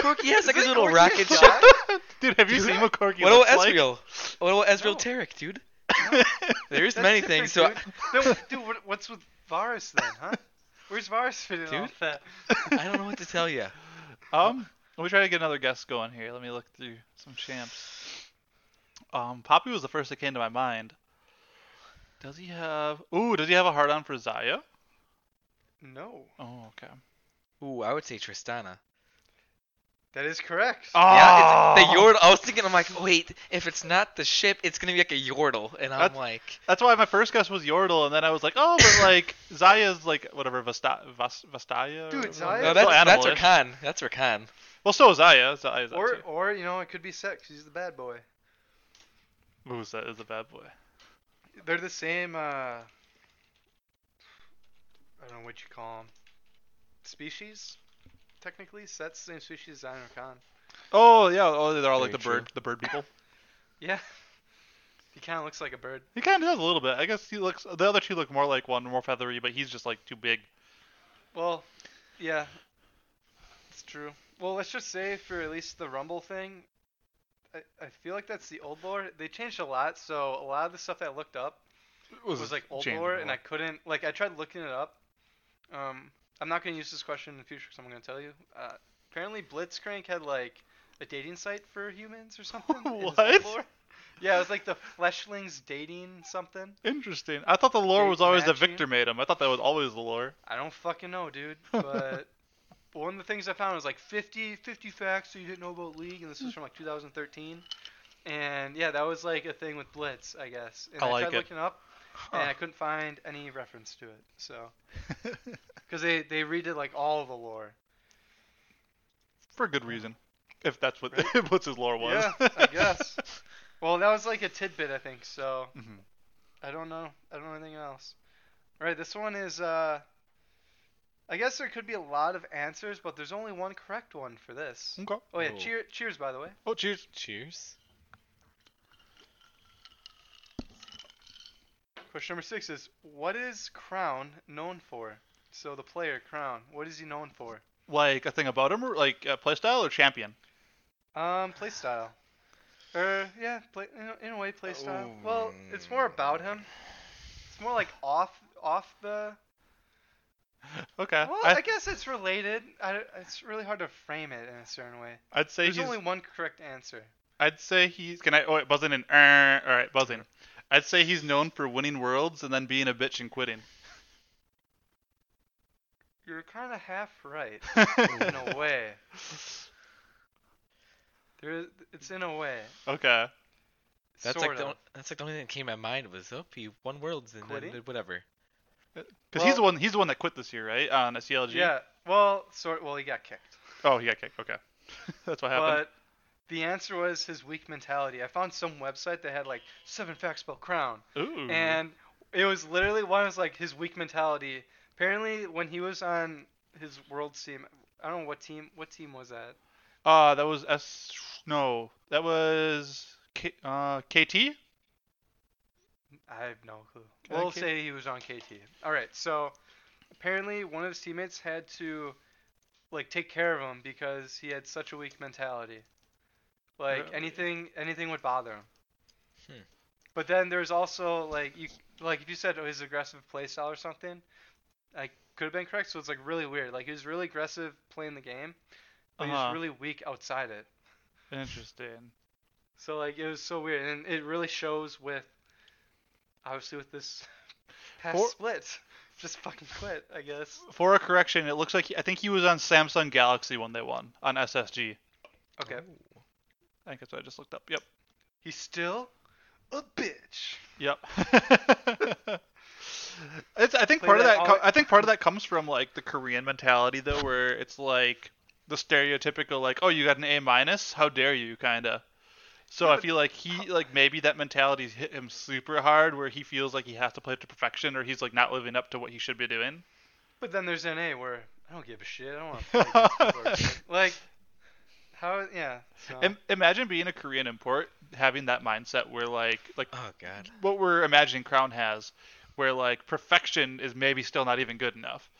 Speaker 1: Corky has like
Speaker 3: Is
Speaker 1: his
Speaker 3: it
Speaker 1: little
Speaker 3: Corky (laughs)
Speaker 1: rocket (laughs)
Speaker 3: Shy?
Speaker 1: ship.
Speaker 2: (laughs) Dude, have you
Speaker 1: Dude,
Speaker 2: seen what Corky
Speaker 1: What about
Speaker 2: looks like?
Speaker 1: Ezreal? What about Ezreal
Speaker 3: No.
Speaker 1: Tarek, dude?
Speaker 2: Ezreal?
Speaker 1: There's
Speaker 3: That's
Speaker 1: many
Speaker 3: different,
Speaker 1: things. So I,
Speaker 3: dude. Then- dude, what, what's with Varus then, huh? Where's Varus fit in all
Speaker 1: Dude.
Speaker 3: that?
Speaker 1: I
Speaker 2: (laughs)
Speaker 1: don't know what to tell you.
Speaker 2: Um, let me try to get another guess going here. Let me look through some champs. Um, Poppy was the first that came to my mind. Does he have? Ooh, does he have a hard on for Zaya?
Speaker 3: No.
Speaker 2: Oh, okay.
Speaker 1: Ooh, I would say Tristana.
Speaker 3: That is correct.
Speaker 1: Oh, Yeah, it's the
Speaker 2: Oh!
Speaker 1: Yordle. I was thinking, I'm like, wait, if it's not the ship, it's gonna be like a Yordle, and I'm
Speaker 2: That's-
Speaker 1: like,
Speaker 2: That's why my first guess was Yordle, and then I was like, oh, but (laughs) like Zaya's like whatever Vasta Vas- Vastaya. or
Speaker 3: Dude,
Speaker 2: whatever.
Speaker 3: Zaya-
Speaker 1: no,
Speaker 3: it's
Speaker 1: that's
Speaker 2: still
Speaker 1: that's
Speaker 2: animalish.
Speaker 1: Rakan. That's Rakan.
Speaker 2: Well, so is Zaya. Zaya's that
Speaker 3: Or,
Speaker 2: too.
Speaker 3: or you know, it could be Sex. He's the bad boy.
Speaker 2: Who's that? Is the bad boy?
Speaker 3: They're the same. uh I don't know what you call them. Species, technically, so that's the same species as Iron
Speaker 2: Oh yeah. Oh, they're all like
Speaker 1: Very
Speaker 2: the bird, the bird people.
Speaker 3: Yeah. He kind of looks like a bird.
Speaker 2: He kind of does a little bit. I guess he looks. The other two look more like one, more feathery, but he's just like too big.
Speaker 3: Well, yeah. It's true. Well, let's just say for at least the Rumble thing, I, I feel like that's the old lore. They changed a lot, so a lot of the stuff I looked up was, like old
Speaker 2: James
Speaker 3: lore,
Speaker 2: Bond.
Speaker 3: and I couldn't. Like, I tried looking it up. Um, I'm not gonna use this question in the future because I'm gonna tell you. Uh, apparently, Blitzcrank had like a dating site for humans or
Speaker 2: (laughs)
Speaker 3: something. in his old
Speaker 2: What?
Speaker 3: lore. Yeah, it was like the Fleshlings dating something.
Speaker 2: Interesting. I thought the lore
Speaker 3: Great
Speaker 2: was always that
Speaker 3: matching.
Speaker 2: Victor made him. I thought that was always the lore.
Speaker 3: I don't fucking
Speaker 2: (laughs)
Speaker 3: know, dude. But one of the things I found was like 50, 50 facts that you didn't know about League, and this was from like 2013. And yeah, that was like a thing with Blitz, I guess. And
Speaker 2: I
Speaker 3: I,
Speaker 2: like
Speaker 3: tried
Speaker 2: it.
Speaker 3: looking up, and I couldn't find any reference to it. So, because they they redid like all the lore.
Speaker 2: (laughs) For good reason. If that's what (laughs) what's his lore was. (laughs)
Speaker 3: Yeah, I guess. Well, that was like a tidbit, I think. So
Speaker 2: Mhm.
Speaker 3: I don't know. I don't know anything else. All right, this one is. Uh, I guess there could be a lot of answers, but there's only one correct one for this.
Speaker 2: Okay.
Speaker 3: Oh yeah,
Speaker 1: Oh.
Speaker 3: cheer, cheers! By the way,
Speaker 2: Oh, cheers.
Speaker 1: Cheers.
Speaker 3: question number six is: What is Crown known for? So the player Crown, what is he known for?
Speaker 2: Like a thing about him, or like uh, playstyle or champion.
Speaker 3: Um, playstyle. Er, yeah, play in, a- in a way, playstyle. Well, it's more about him. It's more like off, off the.
Speaker 2: Okay.
Speaker 3: Well,
Speaker 2: I,
Speaker 3: I guess it's related. I, it's really hard to frame it in a certain way.
Speaker 2: I'd say
Speaker 3: There's
Speaker 2: he's.
Speaker 3: only one correct answer.
Speaker 2: I'd say he's. Can I? Oh, wait, buzzing in. Uh, all right, buzzing. I'd say he's known for winning worlds and then being a bitch and quitting.
Speaker 3: You're kind of half
Speaker 2: (laughs)
Speaker 3: right. In a
Speaker 2: okay.
Speaker 3: way. There is, it's in a way.
Speaker 1: That's
Speaker 3: sort
Speaker 1: like the
Speaker 3: of.
Speaker 1: on- that's like the only thing that came to my mind was oh he won worlds and
Speaker 3: Quitting?
Speaker 1: then did whatever.
Speaker 2: Because he's the
Speaker 3: Well-
Speaker 2: one. He's the one that quit this year, right? On SCLG.
Speaker 3: Yeah. Well, sort. Well, he got kicked.
Speaker 2: Oh, he got kicked. Okay. (laughs) That's what happened.
Speaker 3: But the answer was his weak mentality. I found some website that had like seven facts about Crown,
Speaker 2: Ooh.
Speaker 3: and it was literally one was like his weak mentality. Apparently, when he was on his world team, I don't know what team. What team was that?
Speaker 2: Uh, that was S. No, that was K, uh, KT.
Speaker 3: I have no clue.
Speaker 2: Uh,
Speaker 3: We'll
Speaker 2: K-
Speaker 3: say he was on KT. All right, so apparently one of his teammates had to like take care of him because he had such a weak mentality. Like
Speaker 2: Really?
Speaker 3: anything, anything would bother him.
Speaker 1: Hmm.
Speaker 3: But then there's also like you, like if you said oh, his aggressive play style or something, like could have been correct. So it's like really weird. Like he was really aggressive playing the game, but he
Speaker 2: Uh-huh.
Speaker 3: was really weak outside it.
Speaker 2: Interesting.
Speaker 3: So like it was so weird, and it really shows with obviously with this (laughs) past
Speaker 2: For-
Speaker 3: split, just fucking quit, I guess.
Speaker 2: For a correction, it looks like he, I think he was on Samsung Galaxy when they won on SSG.
Speaker 3: Okay,
Speaker 1: Oh,
Speaker 2: I think that's what I just looked up. Yep.
Speaker 3: he's still a bitch.
Speaker 2: Yep. (laughs) it's, I think
Speaker 3: Play
Speaker 2: part of
Speaker 3: that
Speaker 2: that.
Speaker 3: all-
Speaker 2: co- I think part of that comes from like the Korean mentality though, where it's like the stereotypical like, oh, you got an A minus, how dare you, kinda. So
Speaker 3: Yeah,
Speaker 2: I
Speaker 3: but
Speaker 2: feel like he like maybe that mentality's hit him super hard, where he feels like he has to play to perfection, or he's like not living up to what he should be
Speaker 3: (laughs)
Speaker 2: doing.
Speaker 3: But then there's NA where I don't give a shit. I don't want to play
Speaker 2: (laughs)
Speaker 3: against keyboard. like how yeah. So,
Speaker 2: Im- imagine being a Korean import, having that mindset where like like
Speaker 1: Oh god.
Speaker 2: what we're imagining Crown has, where like perfection is maybe still not even good enough.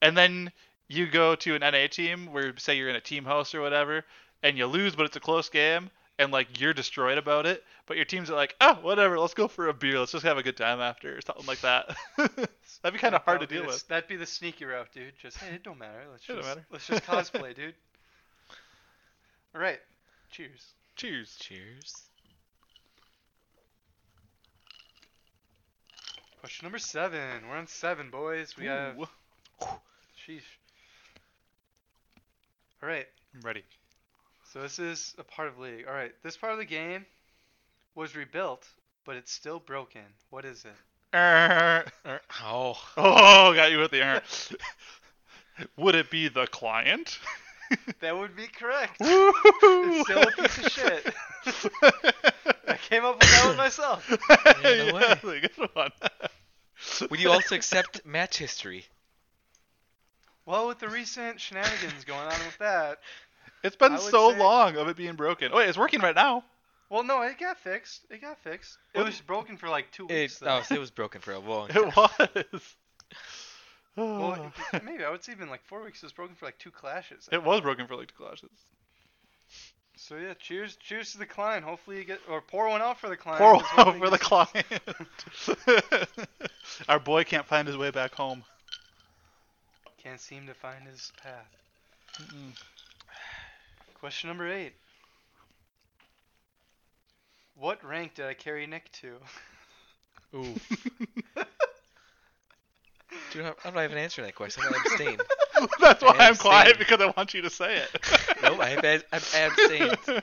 Speaker 2: And then you go to an NA team where say you're in a team house or whatever, and you lose, but it's a close game, and like you're destroyed about it. But your teams are like, oh, whatever, let's go for a beer, let's just have a good time after, or something like that. (laughs) That'd be kind of
Speaker 3: that'd
Speaker 2: hard to
Speaker 3: probably
Speaker 2: deal
Speaker 3: be the s-
Speaker 2: with.
Speaker 3: That'd be the sneaky route, dude. Just hey, it don't matter. Let's
Speaker 2: It don't
Speaker 3: just
Speaker 2: matter.
Speaker 3: let's just
Speaker 2: (laughs)
Speaker 3: cosplay, dude. All right, cheers.
Speaker 2: Cheers.
Speaker 1: Cheers.
Speaker 3: Question number seven. We're on seven, boys. We have
Speaker 2: Ooh,
Speaker 3: Sheesh. All right.
Speaker 2: I'm ready.
Speaker 3: So this is a part of League. All right. This part of the game was rebuilt, but it's still broken. What is it?
Speaker 2: Err.
Speaker 1: Oh.
Speaker 2: Er. Oh, got you with the err. Would it be the client?
Speaker 3: That would be correct.
Speaker 2: Woo-hoo!
Speaker 3: it's still a piece
Speaker 2: (laughs)
Speaker 3: of shit. I came up with that one myself.
Speaker 1: no
Speaker 2: Yeah,
Speaker 1: way.
Speaker 2: that's a good one.
Speaker 1: Would you also accept match history?
Speaker 3: Well, with the recent shenanigans going on with that,
Speaker 2: It's
Speaker 3: I
Speaker 2: been
Speaker 3: would
Speaker 2: so
Speaker 3: say-
Speaker 2: long of it being broken. Oh, wait, it's working right now.
Speaker 3: well, no, it got fixed. It got fixed. It
Speaker 2: What-
Speaker 3: was broken for like two
Speaker 1: It,
Speaker 3: weeks.
Speaker 1: oh,
Speaker 3: though.
Speaker 1: it was broken for a long time.
Speaker 2: (laughs) It was. (sighs)
Speaker 3: Well,
Speaker 2: Oh.
Speaker 3: maybe I would say even like four weeks. It was broken for like two clashes.
Speaker 2: it was broken for like two clashes.
Speaker 3: So yeah, cheers, cheers to the client. Hopefully you get or pour one out for the client.
Speaker 2: Poor
Speaker 3: 'cause
Speaker 2: one
Speaker 3: hopefully
Speaker 2: (laughs) for
Speaker 3: you
Speaker 2: the
Speaker 3: get-
Speaker 2: client. (laughs) Our boy can't find his way back home.
Speaker 3: Can't seem to find his path. Question number eight. What rank did I carry Nick to? (laughs)
Speaker 1: Ooh.
Speaker 2: (laughs)
Speaker 1: Dude, I'm I'm not even answering that question. I'm gonna abstain.
Speaker 2: (laughs) That's why
Speaker 1: I
Speaker 2: I'm
Speaker 1: am
Speaker 2: quiet
Speaker 1: saying-
Speaker 2: because I want you to say it.
Speaker 1: (laughs) nope, I ab- I've abstained.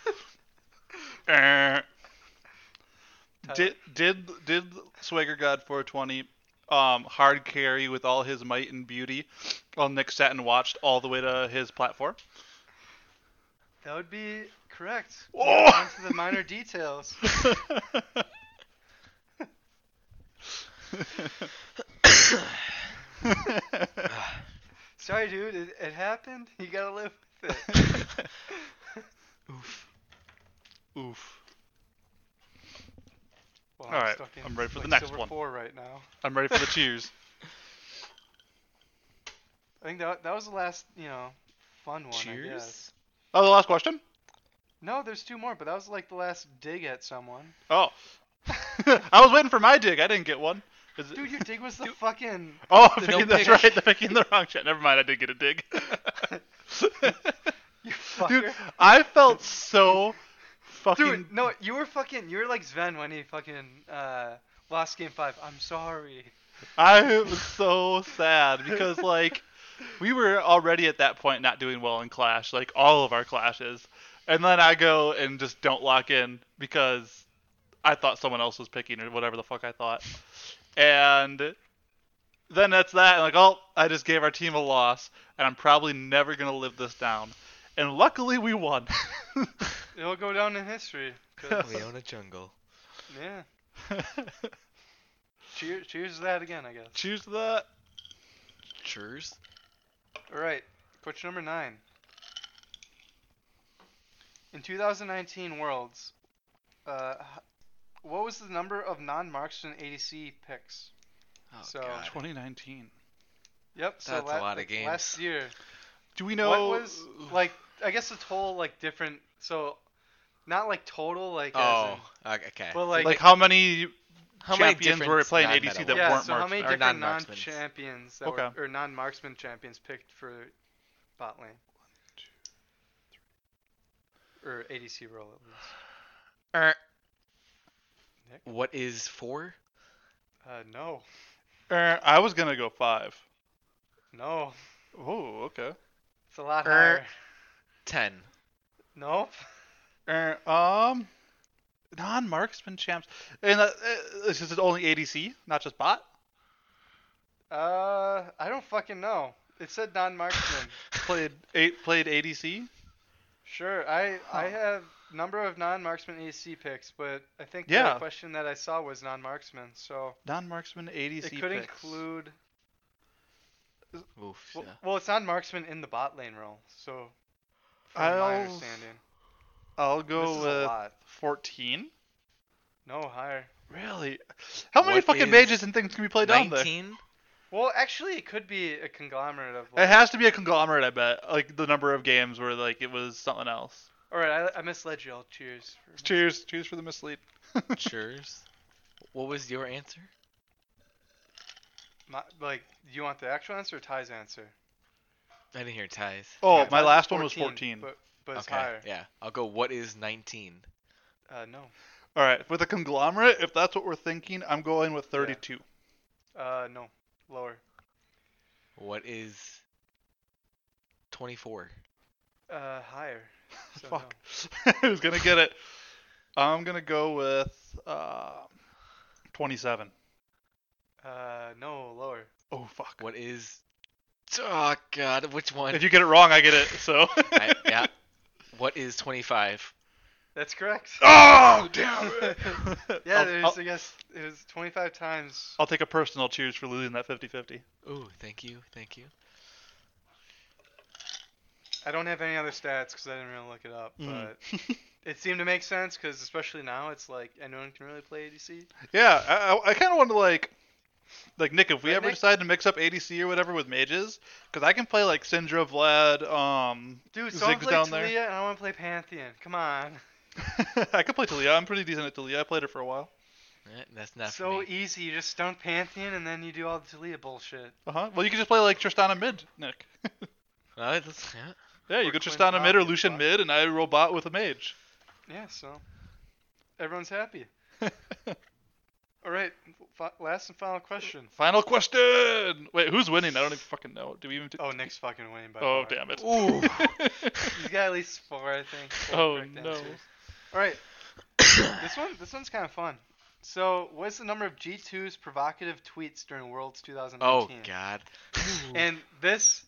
Speaker 2: (laughs) Er.
Speaker 3: Tyler?
Speaker 2: did did did Swagger God 420 um hard carry with all his might and beauty while Nick sat and watched all the way to his platform?
Speaker 3: That would be correct.
Speaker 2: (laughs) Oh!
Speaker 3: (laughs) Down to the minor details.
Speaker 2: (laughs)
Speaker 1: (laughs)
Speaker 3: Sorry, dude. It, it happened. You gotta live with it.
Speaker 2: (laughs)
Speaker 1: Oof.
Speaker 2: Oof.
Speaker 3: Well,
Speaker 2: All right,
Speaker 3: stuck in,
Speaker 2: I'm ready for the
Speaker 3: like,
Speaker 2: next
Speaker 3: Silver
Speaker 2: one.
Speaker 3: Four right now.
Speaker 2: I'm ready for the cheers.
Speaker 3: I think that that was the last, you know, fun one. I guess.
Speaker 1: Cheers.
Speaker 2: Oh, the last question?
Speaker 3: No, there's two more, but that was like the last dig at someone.
Speaker 2: Oh. (laughs) I was waiting for my dig. I didn't get one. Is it-
Speaker 3: Dude, your dig was the fucking.
Speaker 2: (laughs) Oh, I'm
Speaker 1: The
Speaker 2: picking,
Speaker 1: no
Speaker 2: that's
Speaker 1: pick.
Speaker 2: right. I'm picking the wrong chat. Never mind. I did get
Speaker 1: (laughs)
Speaker 2: a dig.
Speaker 3: You
Speaker 2: (laughs)
Speaker 3: fucker.
Speaker 2: Dude, I felt so fucking.
Speaker 3: Dude, no, you were fucking. You were like Sven when he fucking uh, lost game five. I'm sorry.
Speaker 2: I was so sad because like we were already at that point not doing well in Clash, like all of our clashes, and then I go and just don't lock in because I thought someone else was picking or whatever the fuck I thought, and then that's that. And like, oh, I just gave our team a loss, and I'm probably never gonna live this down. And luckily we won. (laughs)
Speaker 3: It'll go down in history. 'cause-
Speaker 1: Leona Jungle.
Speaker 3: yeah. Cheers. Cheers to that again, I guess.
Speaker 2: Choose that.
Speaker 1: Cheers.
Speaker 3: All right. Question number nine. In 2019 Worlds, uh, h- what was the number of non-Markston ADC picks?
Speaker 1: Oh
Speaker 3: So-
Speaker 1: god.
Speaker 2: 2019.
Speaker 3: Yep. So
Speaker 1: That's a
Speaker 3: la-
Speaker 1: lot of
Speaker 3: like, Last
Speaker 1: games.
Speaker 3: year.
Speaker 2: Do we know
Speaker 3: What was like? I guess the total like different. So, not like total like. As
Speaker 1: Oh,
Speaker 3: in,
Speaker 1: okay.
Speaker 3: but
Speaker 2: like,
Speaker 3: like,
Speaker 2: how many
Speaker 1: How many
Speaker 2: champions were
Speaker 1: different
Speaker 2: playing
Speaker 1: non-meta
Speaker 2: ADC that
Speaker 1: ones?
Speaker 3: yeah.
Speaker 2: weren't
Speaker 3: So how many
Speaker 1: marksmen- or
Speaker 3: different
Speaker 1: non-marksmen.
Speaker 3: non-champions that
Speaker 2: Okay.
Speaker 3: were, or non-marksman champions picked for bot lane? Or ADC role at least.
Speaker 1: Er,
Speaker 3: Nick?
Speaker 1: What is four?
Speaker 3: Uh, no,
Speaker 2: Uh, I was gonna go five.
Speaker 3: no,
Speaker 2: Oh, okay.
Speaker 3: it's a lot
Speaker 1: Er.
Speaker 3: higher.
Speaker 1: Ten.
Speaker 3: Nope.
Speaker 2: Uh, um, non-marksman champs, and uh, uh, this is only ADC, not just bot.
Speaker 3: Uh, I don't fucking know. It said
Speaker 2: (laughs)
Speaker 3: non-marksman.
Speaker 2: Played eight, played ADC.
Speaker 3: sure, I I
Speaker 2: Huh.
Speaker 3: have number of non-marksman ADC picks, but I think
Speaker 2: Yeah.
Speaker 3: the question that I saw was non-marksman, so
Speaker 2: Non-marksman ADC.
Speaker 3: it could
Speaker 2: picks.
Speaker 3: include.
Speaker 1: Oof.
Speaker 3: Well,
Speaker 1: yeah.
Speaker 3: well, it's non-marksman in the bot lane role, so. From
Speaker 2: I'll
Speaker 3: my understanding,
Speaker 2: I'll
Speaker 3: this
Speaker 2: go
Speaker 3: is a
Speaker 2: with
Speaker 3: lot.
Speaker 2: fourteen.
Speaker 3: No higher.
Speaker 2: Really? How many
Speaker 1: What
Speaker 2: fucking
Speaker 1: is
Speaker 2: mages and things can be played down there?
Speaker 1: Nineteen.
Speaker 3: Well, actually, it could be a conglomerate of.
Speaker 2: It has to be a conglomerate, I bet. Like the number of games where like it was something else.
Speaker 3: All right, I, I misled you. all Cheers. for-
Speaker 2: Cheers, cheers for the mislead.
Speaker 1: Cheers. What was your answer?
Speaker 3: My, like, you want the actual answer or Ty's answer?
Speaker 1: I didn't hear ties.
Speaker 2: (laughs) Oh,
Speaker 3: Yeah,
Speaker 2: my
Speaker 3: mine
Speaker 2: last one was 14.
Speaker 3: But, but it's
Speaker 1: okay.
Speaker 3: higher.
Speaker 1: Yeah. I'll go. What is nineteen?
Speaker 3: Uh, no.
Speaker 2: All right, with a conglomerate, if that's what we're thinking, I'm going with 32.
Speaker 3: Uh, no. Lower.
Speaker 1: What is twenty-four?
Speaker 3: Uh, higher.
Speaker 2: (laughs)
Speaker 3: So
Speaker 2: Fuck. Who's gonna get it? I'm gonna go with uh, 27.
Speaker 3: No. Uh, no, lower.
Speaker 2: Oh fuck!
Speaker 1: What is? Oh God, which one?
Speaker 2: If you get it wrong, I get it. So.
Speaker 1: (laughs)
Speaker 3: (laughs)
Speaker 1: I, yeah. What is twenty-five?
Speaker 3: That's correct.
Speaker 2: (laughs) Oh damn it!
Speaker 3: (laughs) Yeah,
Speaker 2: I'll,
Speaker 3: there's,
Speaker 2: I'll-
Speaker 3: I guess, it was 25 times.
Speaker 2: I'll take a personal cheers for losing that 50-50.
Speaker 1: Ooh, thank you, thank you.
Speaker 3: I don't have any other stats because I didn't really look it up,
Speaker 2: Mm.
Speaker 3: but it seemed to make sense because especially now it's like anyone can really play ADC.
Speaker 2: (laughs) yeah, I, I- I kind of want to like, like Nick, if we
Speaker 3: Right,
Speaker 2: ever
Speaker 3: Nick?
Speaker 2: decide to mix up ADC or whatever with mages, because I can play like Syndra, Vlad, um,
Speaker 3: Dude,
Speaker 2: Ziggs
Speaker 3: someone play
Speaker 2: down there.
Speaker 3: Talia and I want to play Pantheon. Come on.
Speaker 2: (laughs) I could play Talia. I'm pretty decent at Talia. I played her for a while.
Speaker 1: Eh, That's not for
Speaker 3: so e-
Speaker 1: me.
Speaker 3: easy. You just stun Pantheon and then you do all the Talia bullshit.
Speaker 2: Uh huh. Well, you could just play like Tristana mid, Nick.
Speaker 1: Well, that's- yeah.
Speaker 2: Yeah, you
Speaker 3: Or
Speaker 2: could
Speaker 3: Clint
Speaker 2: Tristana mid or
Speaker 3: Bobby,
Speaker 2: Lucian
Speaker 3: fuck.
Speaker 2: mid, and I robot with a mage. (laughs)
Speaker 3: Yeah, so everyone's happy. All right, f- last and final question.
Speaker 2: Final question. Wait, who's winning? I don't even fucking know. Do we even?
Speaker 3: Oh, Nick's fucking winning by
Speaker 2: Oh
Speaker 3: far.
Speaker 2: damn it.
Speaker 1: Ooh.
Speaker 3: He's got at least four, I think. four
Speaker 2: (laughs) Oh,
Speaker 3: correct
Speaker 2: no.
Speaker 3: answers. All right. this one, this one's kind of fun. So, what's the number of G2's provocative tweets during Worlds
Speaker 1: Oh
Speaker 3: 2019?
Speaker 1: God.
Speaker 3: And this,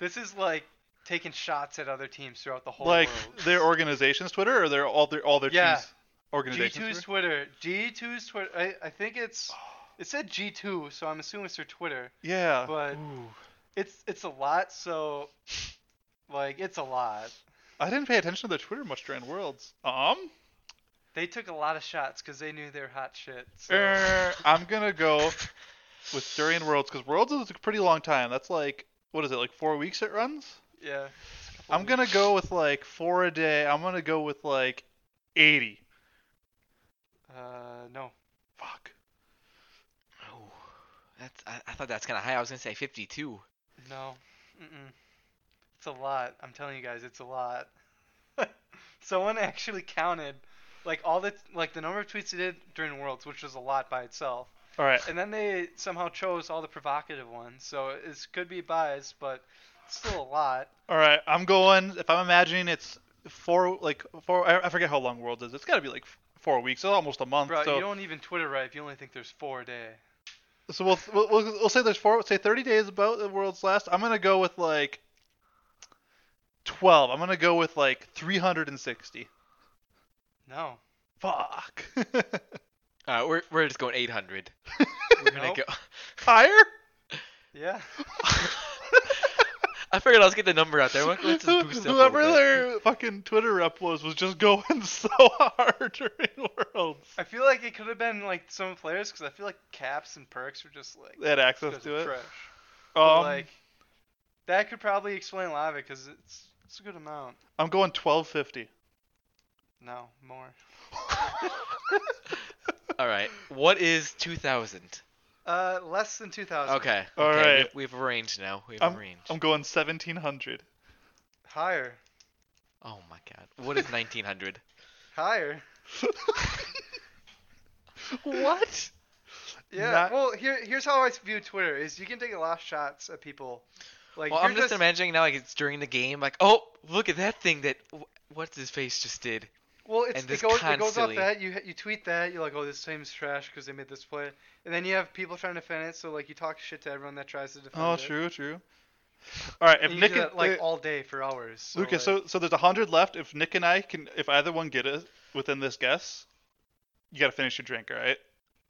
Speaker 3: this is like taking shots at other teams throughout the whole
Speaker 2: like
Speaker 3: world.
Speaker 2: their organization's Twitter or their all their all their
Speaker 3: Yeah.
Speaker 2: teams organizations.
Speaker 3: G2's Twitter. G2's Twitter. I, I think it's It said G2, so I'm assuming it's their Twitter.
Speaker 2: Yeah.
Speaker 3: But it's it's a lot, so like it's a lot.
Speaker 2: I didn't pay attention to their Twitter much during Worlds. Um,
Speaker 3: They took a lot of shots because they knew they were hot shit. So.
Speaker 2: er, I'm gonna go with during Worlds because Worlds is a pretty long time. That's like what is it? Like four weeks it runs.
Speaker 3: yeah.
Speaker 2: I'm gonna go with like four a day. I'm gonna go with like eighty.
Speaker 3: Uh, no.
Speaker 2: Fuck.
Speaker 1: Oh, that's. I, I thought that's kind of high. I was gonna say 52.
Speaker 3: No. Mm-mm. It's a lot. I'm telling you guys, it's a lot. (laughs) Someone actually counted, like all the like the number of tweets they did during Worlds, which was a lot by itself.
Speaker 2: All right.
Speaker 3: And then they somehow chose all the provocative ones, so it could be biased, but it's still a lot.
Speaker 2: All right, I'm going. If I'm imagining, it's four, like four. I, I forget how long Worlds is. It's got to be like f- four weeks, so almost a
Speaker 1: Um,
Speaker 2: month.
Speaker 3: Bro, you
Speaker 2: so,
Speaker 3: don't even Twitter right if you only think there's four a day.
Speaker 2: so we'll, we'll we'll we'll say there's four. Say 30 days about the Worlds last. I'm gonna go with like 12. I'm gonna go with like 360.
Speaker 3: No.
Speaker 2: Fuck.
Speaker 1: Uh, we're we're just going 800. We're gonna
Speaker 3: Nope.
Speaker 1: go.
Speaker 2: Higher?
Speaker 3: Yeah.
Speaker 1: (laughs) I figured I was getting the number out there. Let's just
Speaker 2: (laughs)
Speaker 1: boost it up a
Speaker 2: Whoever
Speaker 1: little bit.
Speaker 2: their fucking Twitter up was was just going (laughs) so hard during Worlds.
Speaker 3: I feel like it could have been like some players because I feel like caps and perks are just like
Speaker 2: They had access
Speaker 3: just
Speaker 2: to it.
Speaker 3: trash. But,
Speaker 2: Um,
Speaker 3: like that could probably explain a lot of it because it's it's a good amount.
Speaker 2: I'm going 1250.
Speaker 3: No more.
Speaker 1: All right. What is 2000?
Speaker 3: Uh, less than two thousand.
Speaker 1: Okay.
Speaker 2: All
Speaker 1: okay,
Speaker 2: right. Um,
Speaker 1: We have, we have a range now. We have
Speaker 2: I'm,
Speaker 1: a range.
Speaker 2: I'm
Speaker 1: (laughs)
Speaker 2: going 1700.
Speaker 3: Higher.
Speaker 1: Oh my god. What is 1900?
Speaker 3: Higher.
Speaker 1: what?
Speaker 3: Yeah.
Speaker 2: Not-
Speaker 3: Well, here here's how I view Twitter is you can take a lot of shots at people. Like
Speaker 1: Well,
Speaker 3: you're
Speaker 1: I'm just, imagining now, like it's during the game, like, oh, look at that thing that wh- what's his face just did.
Speaker 3: Well, it's,
Speaker 1: and
Speaker 3: it
Speaker 1: just
Speaker 3: goes it goes off
Speaker 1: constantly-
Speaker 3: that you you tweet that you're like oh this team's trash because they made this play and then you have people trying to defend it so like you talk shit to everyone that tries to defend
Speaker 2: Oh,
Speaker 3: it.
Speaker 2: true, true. All right, if
Speaker 3: And you
Speaker 2: Nick
Speaker 3: do that,
Speaker 2: and,
Speaker 3: like
Speaker 2: uh,
Speaker 3: all day for hours. So,
Speaker 2: Lucas,
Speaker 3: like,
Speaker 2: so so there's a hundred left. If Nick and I can, if either one get it within this guess, you gotta finish your drink. All right.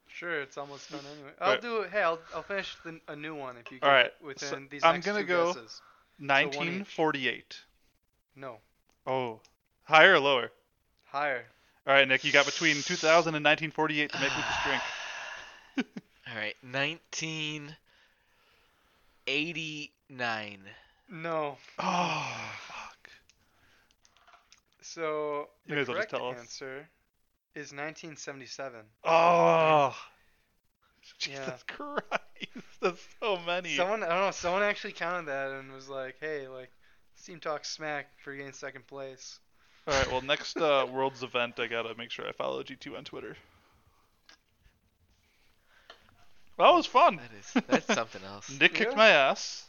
Speaker 3: sure it's almost done anyway.
Speaker 2: All
Speaker 3: I'll
Speaker 2: right.
Speaker 3: do Hey, I'll, I'll finish the, a new one if you
Speaker 2: All
Speaker 3: get
Speaker 2: right,
Speaker 3: within
Speaker 2: so
Speaker 3: these
Speaker 2: I'm
Speaker 3: next
Speaker 2: gonna
Speaker 3: two
Speaker 2: go-
Speaker 3: guesses.
Speaker 2: 1948.
Speaker 3: No,
Speaker 2: Oh, higher or lower?
Speaker 3: higher.
Speaker 2: All right, Nick, you got between 2000 and 1948 to make Lucas drink.
Speaker 1: All right, 1989.
Speaker 3: No.
Speaker 2: (sighs) Oh, fuck.
Speaker 3: So
Speaker 2: You
Speaker 3: the
Speaker 2: may as well just
Speaker 3: correct
Speaker 2: tell us.
Speaker 3: answer is 1977.
Speaker 2: Oh. (laughs) Jesus
Speaker 3: Yeah.
Speaker 2: Christ, (laughs) that's so many.
Speaker 3: Someone I don't know. Someone actually counted that and was like, "Hey, like, this team talks smack for getting second place."
Speaker 2: All right, well, next uh, (laughs) Worlds event, I gotta make sure I follow G2 on Twitter. Well, that was fun.
Speaker 1: That
Speaker 2: (laughs)
Speaker 1: is that's something else.
Speaker 2: Nick kicked
Speaker 3: Yeah.
Speaker 2: my ass.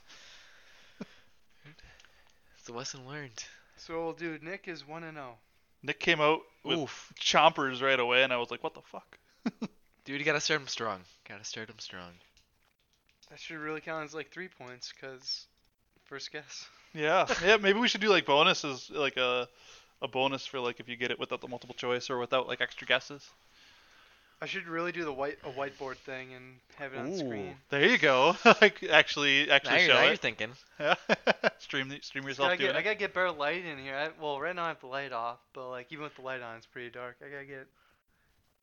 Speaker 1: It's a lesson learned.
Speaker 3: So we'll do. Nick is one and oh. zero.
Speaker 2: Nick came out with
Speaker 1: Oof,
Speaker 2: chompers right away, and I was like, what the fuck?
Speaker 1: dude, you gotta start him strong. Gotta start him strong.
Speaker 3: That should really count as like three points because first guess.
Speaker 2: Yeah, (laughs) yeah. Maybe we should do like bonuses, like a a bonus for like if you get it without the multiple choice or without like extra guesses.
Speaker 3: I should really do the white a whiteboard thing and have it on screen.
Speaker 2: There you go. (laughs) like actually,
Speaker 1: Now
Speaker 2: actually
Speaker 1: you're, now
Speaker 2: show
Speaker 1: you're
Speaker 2: it.
Speaker 1: thinking.
Speaker 2: Yeah. (laughs) stream the- stream yourself
Speaker 3: Gotta
Speaker 2: doing
Speaker 3: get, I
Speaker 2: it.
Speaker 3: gotta get better light in here. I, well, right now I have the light off, but like even with the light on, it's pretty dark. I gotta get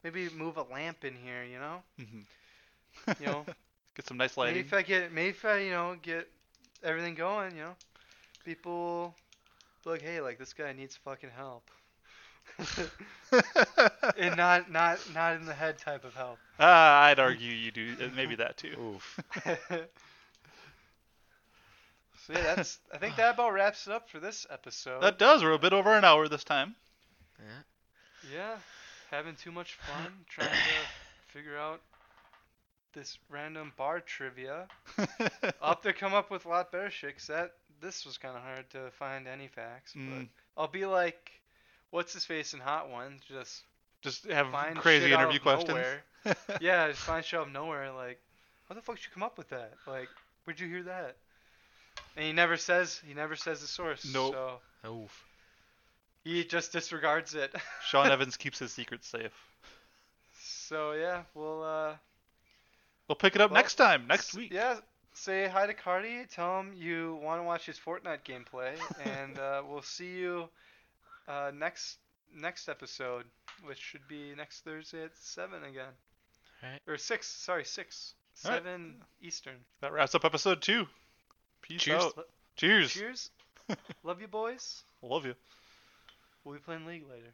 Speaker 3: maybe move a lamp in here. You know,
Speaker 2: Mhm.
Speaker 3: you know.
Speaker 2: Get some nice (laughs)
Speaker 3: maybe
Speaker 2: lighting.
Speaker 3: if I get maybe if I you know get everything going, you know, people be like, hey, like this guy needs fucking help,
Speaker 2: (laughs)
Speaker 3: (laughs) and uh, not not not in the head type of help.
Speaker 2: Ah, I'd argue you do uh, maybe that too.
Speaker 1: Oof.
Speaker 3: so yeah, that's I think that about wraps it up for this episode.
Speaker 2: That does. We're a bit over an hour this time.
Speaker 1: Yeah.
Speaker 3: Yeah, having too
Speaker 2: (clears throat)
Speaker 3: much fun trying to figure out this random bar trivia. I'll have to come up with a lot better shit 'cause that this was kind of hard to find any facts.
Speaker 2: Mm.
Speaker 3: But I'll be like, what's his face in Hot Ones? Just
Speaker 2: (laughs) Just have
Speaker 3: find
Speaker 2: crazy
Speaker 3: shit out
Speaker 2: interview
Speaker 3: of
Speaker 2: questions. (laughs)
Speaker 3: Nowhere. yeah, just find shit out of nowhere. Like, how the fuck did you come up with that? Like, where'd you hear that? And he never says. He never says the source.
Speaker 2: Nope.
Speaker 3: So
Speaker 1: Oof.
Speaker 3: he just disregards it. (laughs)
Speaker 2: Sean Evans keeps his secrets safe.
Speaker 3: So yeah, we'll uh,
Speaker 2: We'll pick it up
Speaker 3: Well,
Speaker 2: next time, next
Speaker 3: S-
Speaker 2: week.
Speaker 3: Yeah. Say hi to Cardi. Tell him you want to watch his Fortnite gameplay,
Speaker 2: (laughs)
Speaker 3: and uh, we'll see you uh, next next episode, which should be next Thursday at seven again.
Speaker 1: Alright.
Speaker 3: Or six. Sorry, six.
Speaker 2: All right.
Speaker 3: Seven Eastern.
Speaker 2: That wraps up episode two. Peace
Speaker 1: Cheers.
Speaker 2: out. Oh, Cheers.
Speaker 3: Cheers. Love you, boys.
Speaker 2: (laughs) Love you.
Speaker 3: We'll be playing League later.